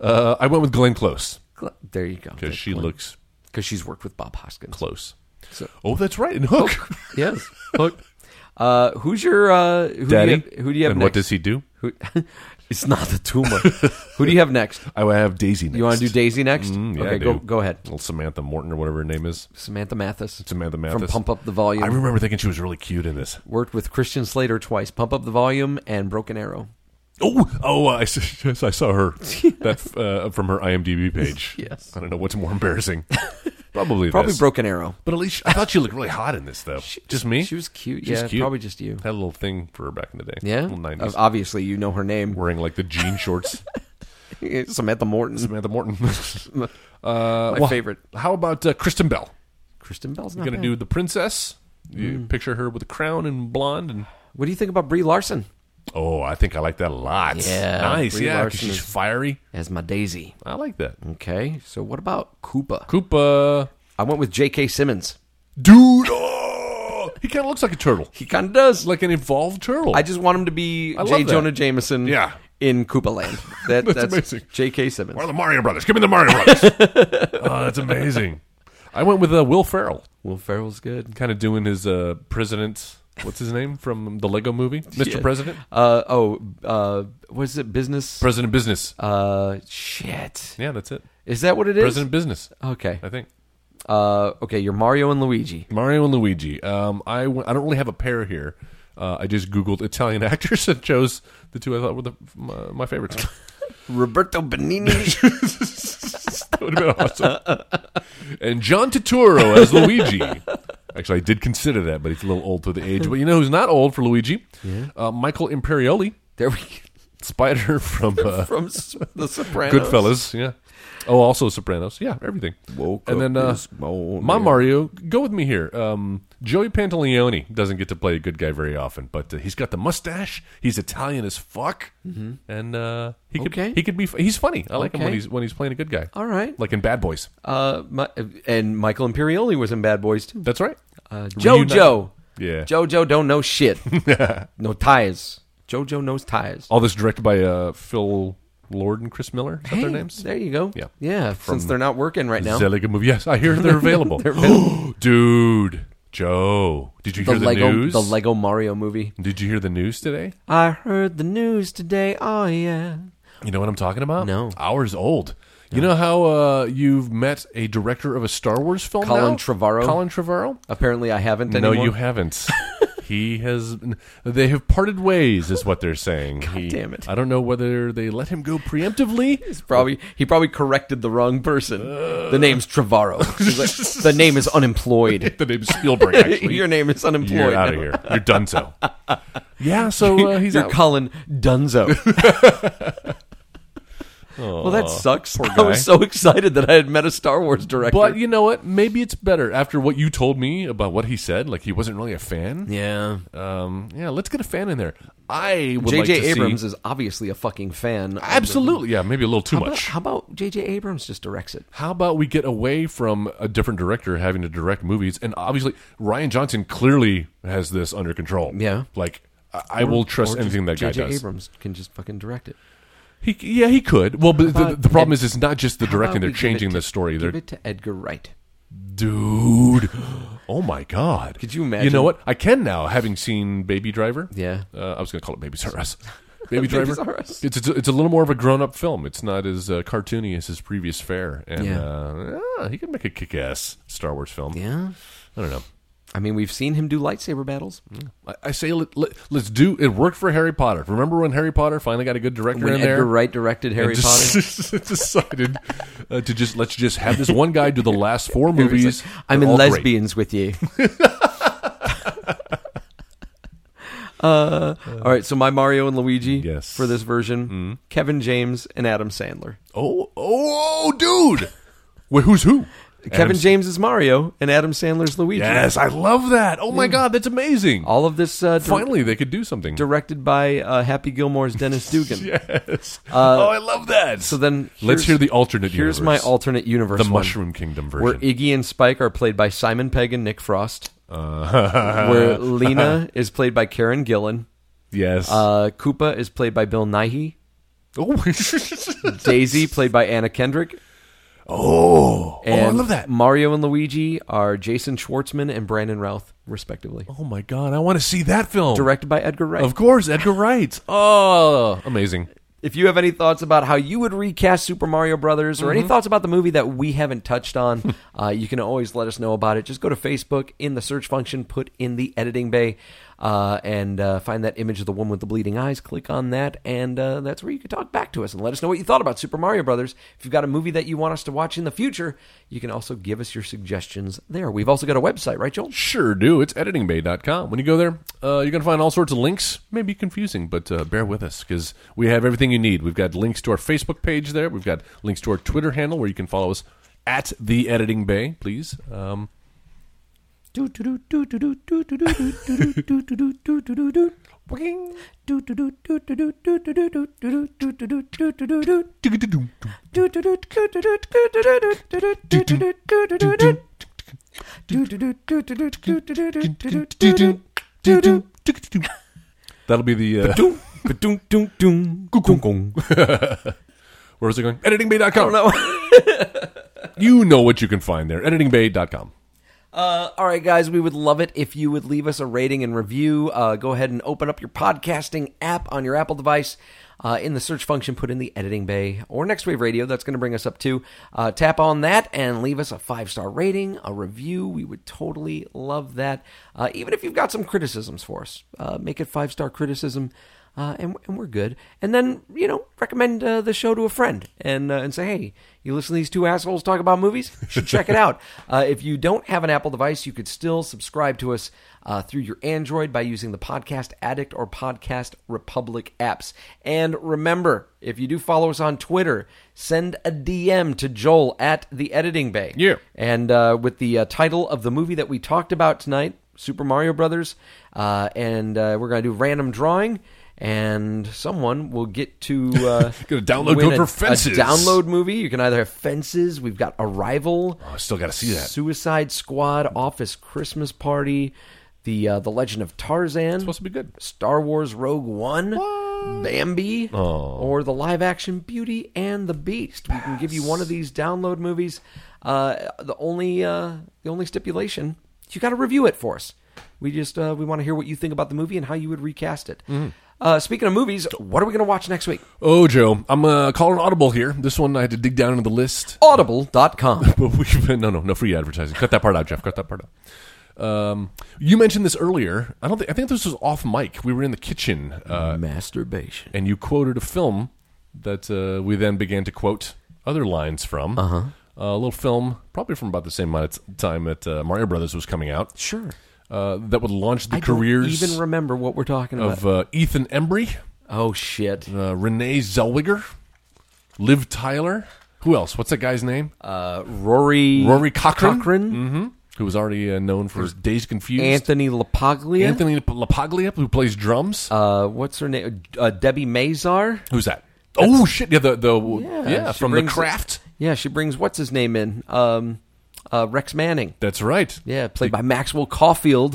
Speaker 4: uh, I went with Glenn Close
Speaker 3: Cl- There you go.
Speaker 4: because she looks
Speaker 3: because she's worked with Bob Hoskins.
Speaker 4: close.
Speaker 3: So-
Speaker 4: oh, that's right. And Hook,
Speaker 3: Yes. Look, uh, who's your uh, who
Speaker 4: Daddy.
Speaker 3: Do you have, who do you have
Speaker 4: and
Speaker 3: next?
Speaker 4: what does he do?
Speaker 3: Who, it's not a tumor. who do you have next?
Speaker 4: I would have Daisy. Next.
Speaker 3: You want to do Daisy next?
Speaker 4: Mm, yeah,
Speaker 3: okay,
Speaker 4: I
Speaker 3: go
Speaker 4: do.
Speaker 3: go ahead.
Speaker 4: Little Samantha Morton or whatever her name is.
Speaker 3: Samantha Mathis.
Speaker 4: Samantha
Speaker 3: From
Speaker 4: Mathis.
Speaker 3: Pump Up the Volume.
Speaker 4: I remember thinking she was really cute in this.
Speaker 3: Worked with Christian Slater twice. Pump Up the Volume and Broken Arrow.
Speaker 4: Oh, oh! I, s- yes, I saw her that uh, from her IMDb page.
Speaker 6: Yes.
Speaker 4: I don't know what's more embarrassing. Probably
Speaker 3: Probably
Speaker 4: this.
Speaker 3: broken arrow.
Speaker 4: But at least she- I thought she looked really hot in this, though. just me.
Speaker 6: She was cute.
Speaker 4: She's
Speaker 6: yeah,
Speaker 4: cute.
Speaker 3: probably just you.
Speaker 4: Had a little thing for her back in the day.
Speaker 6: Yeah?
Speaker 4: Little nineties.
Speaker 3: Obviously, you know her name,
Speaker 4: Wearing like the jean shorts.
Speaker 3: Samantha Morton.
Speaker 4: Samantha Morton. uh, My
Speaker 6: favorite.
Speaker 4: How about uh, Kristen Bell?
Speaker 3: Kristen Bell's
Speaker 4: We're
Speaker 3: not
Speaker 4: gonna
Speaker 3: bad.
Speaker 4: do the princess. You
Speaker 6: Mm.
Speaker 4: picture her with a crown and blonde, and
Speaker 3: What do you think about Brie Larson?
Speaker 4: oh, I think I like that a lot.
Speaker 6: Yeah,
Speaker 4: nice.
Speaker 6: Brie
Speaker 4: yeah, 'cause
Speaker 6: Larson
Speaker 4: she's
Speaker 6: is- Mm.
Speaker 4: fiery.
Speaker 6: As my Daisy.
Speaker 4: I like that.
Speaker 3: Okay, so what about Koopa?
Speaker 4: Koopa,
Speaker 3: I went with J.K. Simmons.
Speaker 4: dude. Oh, he kind of looks like a turtle,
Speaker 3: He kind of does.
Speaker 4: like an evolved turtle.
Speaker 3: I just want him to be
Speaker 4: I love
Speaker 3: J.
Speaker 4: that.
Speaker 3: Jonah Jameson.
Speaker 4: Yeah.
Speaker 3: in Koopa Land. That, that's,
Speaker 4: That's amazing.
Speaker 3: J.K. Simmons.
Speaker 4: Or the Mario Brothers. Give me the Mario Brothers. oh, that's amazing. I went with uh, Will Ferrell,
Speaker 3: Will Ferrell's good.
Speaker 4: kind of doing his uh, president. What's his name from the Lego Movie, Mr. President?
Speaker 3: Uh oh. Uh, what is it? Business.
Speaker 4: President Business.
Speaker 3: uh, shit.
Speaker 4: yeah, that's it.
Speaker 3: Is that what it is?
Speaker 4: President Business.
Speaker 3: Okay.
Speaker 4: I think
Speaker 3: Uh, okay. You're Mario and Luigi.
Speaker 4: Mario and Luigi. Um, I w- I don't really have a pair here. Uh, I just googled Italian actors and chose the two I thought were the, my, my favorites.
Speaker 3: Roberto Benigni.
Speaker 4: That would have been awesome. And John Turturro as Luigi. Actually, I did consider that, but he's a little old for the age. But you know who's not old for Luigi? Uh, Michael Imperioli,
Speaker 3: there we go.
Speaker 4: Spider from uh,
Speaker 3: From S- The Sopranos.
Speaker 4: Goodfellas. Yeah. Oh, also Sopranos. Yeah, everything.
Speaker 3: Woke
Speaker 4: and then
Speaker 3: up
Speaker 4: uh,
Speaker 3: this morning.
Speaker 4: my Mario, go with me here. Um, Joey Pantaleone doesn't get to play a good guy very often, but uh, he's got the mustache. He's Italian as fuck, and uh, he could
Speaker 3: Mm-hmm. Okay.
Speaker 4: he could be. f- He's funny. I like him when
Speaker 3: Okay.
Speaker 4: he's when he's playing a good guy.
Speaker 3: All right.
Speaker 4: like in Bad Boys.
Speaker 3: Uh, my, and Michael Imperioli was in Bad Boys too.
Speaker 4: That's right.
Speaker 3: Uh, JoJo.
Speaker 4: Yeah.
Speaker 3: JoJo don't know shit. no ties. JoJo knows ties.
Speaker 4: All this directed by uh, Phil Lord and Chris Miller. Is that their
Speaker 3: Hey,
Speaker 4: names?
Speaker 3: There you go.
Speaker 4: Yeah.
Speaker 3: Yeah. since they're not working right now.
Speaker 4: Zelig movie. Yes, I hear they're available. Dude, Joe, did you
Speaker 3: the
Speaker 4: hear the
Speaker 3: Lego
Speaker 4: news?
Speaker 3: the Lego Mario movie.
Speaker 4: did you hear the news today?
Speaker 3: I heard the news today. Oh yeah.
Speaker 4: You know what I'm talking about?
Speaker 3: No.
Speaker 4: Hours old. You know how uh, you've met a director of a Star Wars film
Speaker 3: Colin
Speaker 4: now?
Speaker 3: Trevorrow?
Speaker 4: Colin Trevorro?
Speaker 3: Apparently I haven't
Speaker 4: No,
Speaker 3: anymore.
Speaker 4: you haven't. he has. They have parted ways, is what they're saying. God
Speaker 3: damn it.
Speaker 4: I don't know whether they let him go preemptively.
Speaker 3: probably he probably corrected the wrong person.
Speaker 4: Uh.
Speaker 3: the name's Trevorrow. He's like, the name is unemployed.
Speaker 4: the name is Spielberg, actually.
Speaker 3: Your name is unemployed.
Speaker 4: You're out of
Speaker 3: now.
Speaker 4: here. You're done so. yeah, so uh, he's
Speaker 3: You're
Speaker 4: out.
Speaker 3: Colin Dunzo. well, that sucks. I
Speaker 4: guy.
Speaker 3: was so excited that I had met a Star Wars director.
Speaker 4: but you know what? Maybe it's better after what you told me about what he said. Like he wasn't really a fan.
Speaker 6: Yeah.
Speaker 4: Um, yeah, let's get a fan in there. I would
Speaker 3: J.J.
Speaker 4: like to see-
Speaker 3: Abrams is obviously a fucking fan. of the-
Speaker 4: absolutely. Yeah, maybe a little too
Speaker 3: How about-
Speaker 4: much.
Speaker 3: How about J.J. Abrams just directs it?
Speaker 4: How about we get away from a different director having to direct movies? And obviously, Ryan Johnson clearly has this under control.
Speaker 3: Yeah.
Speaker 4: like I, I will trust anything that guy
Speaker 3: J.J.
Speaker 4: does.
Speaker 3: Abrams can just fucking direct it.
Speaker 4: He, yeah, he could. Well, but the,
Speaker 3: about-
Speaker 4: the problem is, it's not just the
Speaker 3: How
Speaker 4: directing;
Speaker 3: about
Speaker 4: they're
Speaker 3: we give
Speaker 4: changing
Speaker 3: it
Speaker 4: the
Speaker 3: to-
Speaker 4: story. They're
Speaker 3: Give it to Edgar Wright.
Speaker 4: dude. Oh my god!
Speaker 3: Could you
Speaker 4: You know
Speaker 3: imagine?
Speaker 4: what? I can now, having seen Baby Driver.
Speaker 3: Yeah.
Speaker 4: uh, I was going to call it Babies R Us. Baby Driver.
Speaker 3: Babies R Us.
Speaker 4: It's, it's a- it's a little more of a grown up film. It's not as uh, cartoony as his previous fare, and
Speaker 3: Yeah.
Speaker 4: uh, yeah, he could make a kick ass Star Wars film.
Speaker 6: Yeah.
Speaker 4: I don't know.
Speaker 3: I mean, we've seen him do lightsaber battles.
Speaker 4: I, I say let, let, us do. It worked for Harry Potter. Remember when Harry Potter finally got a good director
Speaker 3: When
Speaker 4: in
Speaker 3: Edgar
Speaker 4: there?
Speaker 3: Wright directed Harry
Speaker 4: and
Speaker 3: Potter.
Speaker 4: just decided uh, to just let's just have this one guy do the last four movies.
Speaker 3: I'm
Speaker 4: They're
Speaker 3: in
Speaker 4: all great.
Speaker 3: lesbians with you. uh, all right, so my Mario and Luigi
Speaker 4: Yes. Mm-hmm.
Speaker 3: for this version, Kevin James and Adam Sandler.
Speaker 4: Oh, oh, dude! Wait, who's who?
Speaker 3: Kevin
Speaker 4: Adam-
Speaker 3: James is Mario and Adam Sandler's Luigi.
Speaker 4: Yes, I love that. Oh my god, that's amazing!
Speaker 3: All of this uh, dir-
Speaker 4: Finally, they could do something.
Speaker 3: directed by uh, Happy Gilmore's Dennis Dugan.
Speaker 4: yes. oh, I love that.
Speaker 3: Uh, So then,
Speaker 4: let's
Speaker 3: here's-
Speaker 4: hear the alternate.
Speaker 3: Here's
Speaker 4: universe.
Speaker 3: my alternate universe.
Speaker 4: The
Speaker 3: one,
Speaker 4: Mushroom Kingdom
Speaker 3: where
Speaker 4: version.
Speaker 3: Iggy and Spike are played by Simon Pegg and Nick Frost.
Speaker 4: Uh.
Speaker 3: where Lena is played by Karen Gillan.
Speaker 4: yes.
Speaker 3: Uh, Koopa is played by Bill Nighy.
Speaker 4: oh.
Speaker 3: Daisy played by Anna Kendrick.
Speaker 4: oh. oh, I
Speaker 3: And
Speaker 4: love that.
Speaker 3: Mario and Luigi are Jason Schwartzman and Brandon Routh, respectively.
Speaker 4: Oh my god, I want to see that film.
Speaker 3: Directed by Edgar Wright.
Speaker 4: Of course, Edgar Wright. Oh, amazing.
Speaker 3: If you have any thoughts about how you would recast Super Mario Brothers, or any thoughts about the movie that we haven't touched on, uh, you can always let us know about it. Just go to Facebook in the search function, put in the editing bay. uh, and uh, find that image of the woman with the bleeding eyes. Click on that, and uh, that's where you can talk back to us and let us know what you thought about Super Mario Brothers. If you've got a movie that you want us to watch in the future, you can also give us your suggestions there. We've also got a website, right, Joel?
Speaker 4: Sure do. It's editingbay.com. When you go there, uh, you're going to find all sorts of links. Maybe confusing, but uh, bear with us because we have everything you need. We've got links to our Facebook page there. We've got links to our Twitter handle where you can follow us at the editing bay, please. Um, that'll be the. Uh, where was it going? Editingbay.com. you know what you can find there. Editingbay.com.
Speaker 3: Uh, All right, guys, we would love it if you would leave us a rating and review. Uh, go ahead and open up your podcasting app on your Apple device. Uh, in the search function, put in the editing bay or Next Wave Radio. That's going to bring us up to. Uh, tap on that and leave us a five star rating, a review. We would totally love that. Uh, even if you've got some criticisms for us, uh, make it five star criticism. Uh, and, and we're good. And then you know, recommend uh, the show to a friend and uh, and say, hey, you listen to these two assholes talk about movies? You should check it out. Uh, if you don't have an Apple device, you could still subscribe to us uh, through your Android by using the Podcast Addict or Podcast Republic apps. And remember, if you do follow us on Twitter, send a DM to Joel at the Editing Bay.
Speaker 4: Yeah.
Speaker 3: And uh, with the uh, title of the movie that we talked about tonight, Super Mario Brothers, uh, and uh, we're going to do random drawing. And someone will get to uh,
Speaker 4: Get a download
Speaker 3: win
Speaker 4: code for Fences.
Speaker 3: A download movie. You can either have Fences. We've got Arrival.
Speaker 4: Oh, I still got to see that.
Speaker 3: Suicide Squad, Office Christmas Party, the uh, the Legend of Tarzan,
Speaker 4: supposed to be good.
Speaker 3: Star Wars Rogue One, Bambi, or the live action Beauty and the Beast. We can give you one of these download movies. Uh, the only uh, the only stipulation you got to review it for us. We just uh, we want to hear what you think about the movie and how you would recast it.
Speaker 4: Mm-hmm.
Speaker 3: Uh, speaking of movies, what are we going to watch next week?
Speaker 4: Oh, Joe, I'm uh, calling Audible here. This one I had to dig down into the list.
Speaker 3: Audible.com.
Speaker 4: But we've been, no, no, no free advertising. Cut that part out, Jeff. Cut that part out. Um, you mentioned this earlier. I don't think I think this was off mic. We were in the kitchen, uh,
Speaker 3: Mm-hmm. Masturbation.
Speaker 4: and you quoted a film that uh, we then began to quote other lines from. Uh-huh. A little film, probably from about the same amount of t- time that uh, Mario Brothers was coming out,
Speaker 3: Sure.
Speaker 4: uh, that would launch the
Speaker 3: I don't
Speaker 4: careers
Speaker 3: even remember what we're talking about.
Speaker 4: of uh, Ethan Embry,
Speaker 3: oh shit.
Speaker 4: uh, Renee Zellweger, Liv Tyler. Who else? What's that guy's name?
Speaker 3: Uh, Rory
Speaker 4: Rory Mm-hmm. Cochrane?
Speaker 3: Cochrane?
Speaker 4: who was already uh, known for Days Confused.
Speaker 3: Anthony LaPaglia.
Speaker 4: Anthony Lap- LaPaglia, who plays drums.
Speaker 3: Uh, what's her name? Uh, Debbie Mazar.
Speaker 4: Who's that? Oh shit! Yeah, the the yeah,
Speaker 3: she
Speaker 4: from the
Speaker 3: brings-
Speaker 4: Craft.
Speaker 3: Yeah, she brings what's his name in. Um, uh, Rex Manning.
Speaker 4: That's right.
Speaker 3: Yeah, played by Maxwell Caulfield.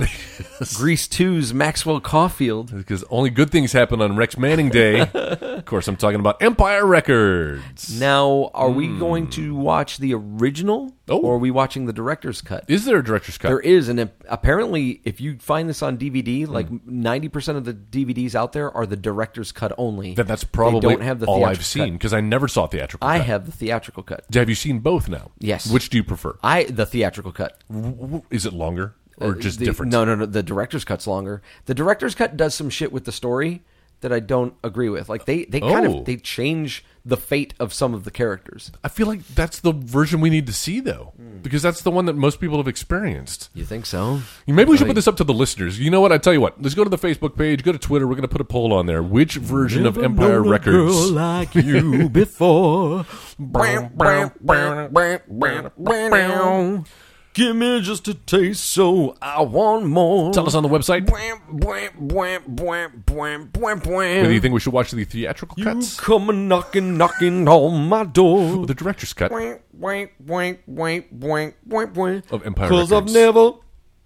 Speaker 3: Grease 2's Maxwell Caulfield.
Speaker 4: Because only good things happen on Rex Manning Day. of course, I'm talking about Empire Records.
Speaker 3: Now, are we going to watch the original
Speaker 4: Hmm. Oh.
Speaker 3: or are we watching the director's cut?
Speaker 4: Is there a director's cut?
Speaker 3: There is, and ap- apparently, if you find this on
Speaker 4: Hmm.
Speaker 3: DVD, like ninety percent of the DVDs out there are the director's cut only.
Speaker 4: Then that's probably
Speaker 3: they don't have the
Speaker 4: all
Speaker 3: theatrical
Speaker 4: I've seen
Speaker 3: Cut.
Speaker 4: because I never saw theatrical.
Speaker 3: I
Speaker 4: cut.
Speaker 3: have the theatrical cut.
Speaker 4: Have you seen both now?
Speaker 3: Yes.
Speaker 4: Which do you prefer?
Speaker 3: I the theatrical cut
Speaker 4: W- w- Is it longer or just
Speaker 3: the,
Speaker 4: different?
Speaker 3: No, no, no. The director's cut's longer. The director's cut does some shit with the story that I don't agree with. Like they they kind
Speaker 4: Oh.
Speaker 3: of they change the fate of some of the characters.
Speaker 4: I feel like that's the version we need to see though, because that's the one that most people have experienced.
Speaker 3: You think so?
Speaker 4: Maybe we should put this up to the listeners. You know what? I tell you what. Let's go to the Facebook page. Go to Twitter. We're going to put a poll on there. Which version of Empire Records?
Speaker 3: like you before. Give me just a taste, so I want more.
Speaker 4: Tell us on the website. Whether you think we should watch the theatrical
Speaker 3: You
Speaker 4: cuts,
Speaker 3: come a knocking, knocking on my door.
Speaker 4: or the director's cut
Speaker 3: Wink, wink, wink, wink, wink, wink, wink.
Speaker 4: of Empire
Speaker 3: Cause I've
Speaker 4: Records.
Speaker 3: never,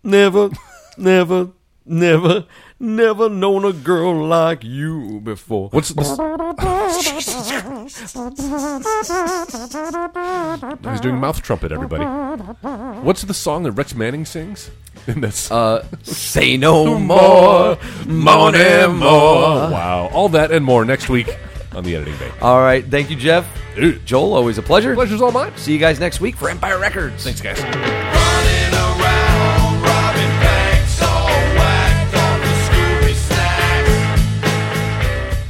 Speaker 3: never, never, never, never known a girl like you before.
Speaker 4: What's this? He's doing mouth trumpet. Everybody. What's the song that Rex Manning sings? And that's
Speaker 3: Uh, say no more, moan and more.
Speaker 4: Wow. All that and more next week on the editing bay.
Speaker 3: All right, thank you, Jeff. Joel, always a pleasure.
Speaker 4: Pleasure's all mine.
Speaker 3: See you guys next week for Empire Records.
Speaker 4: Thanks, guys.
Speaker 6: Running around, robbing banks, all whacked off the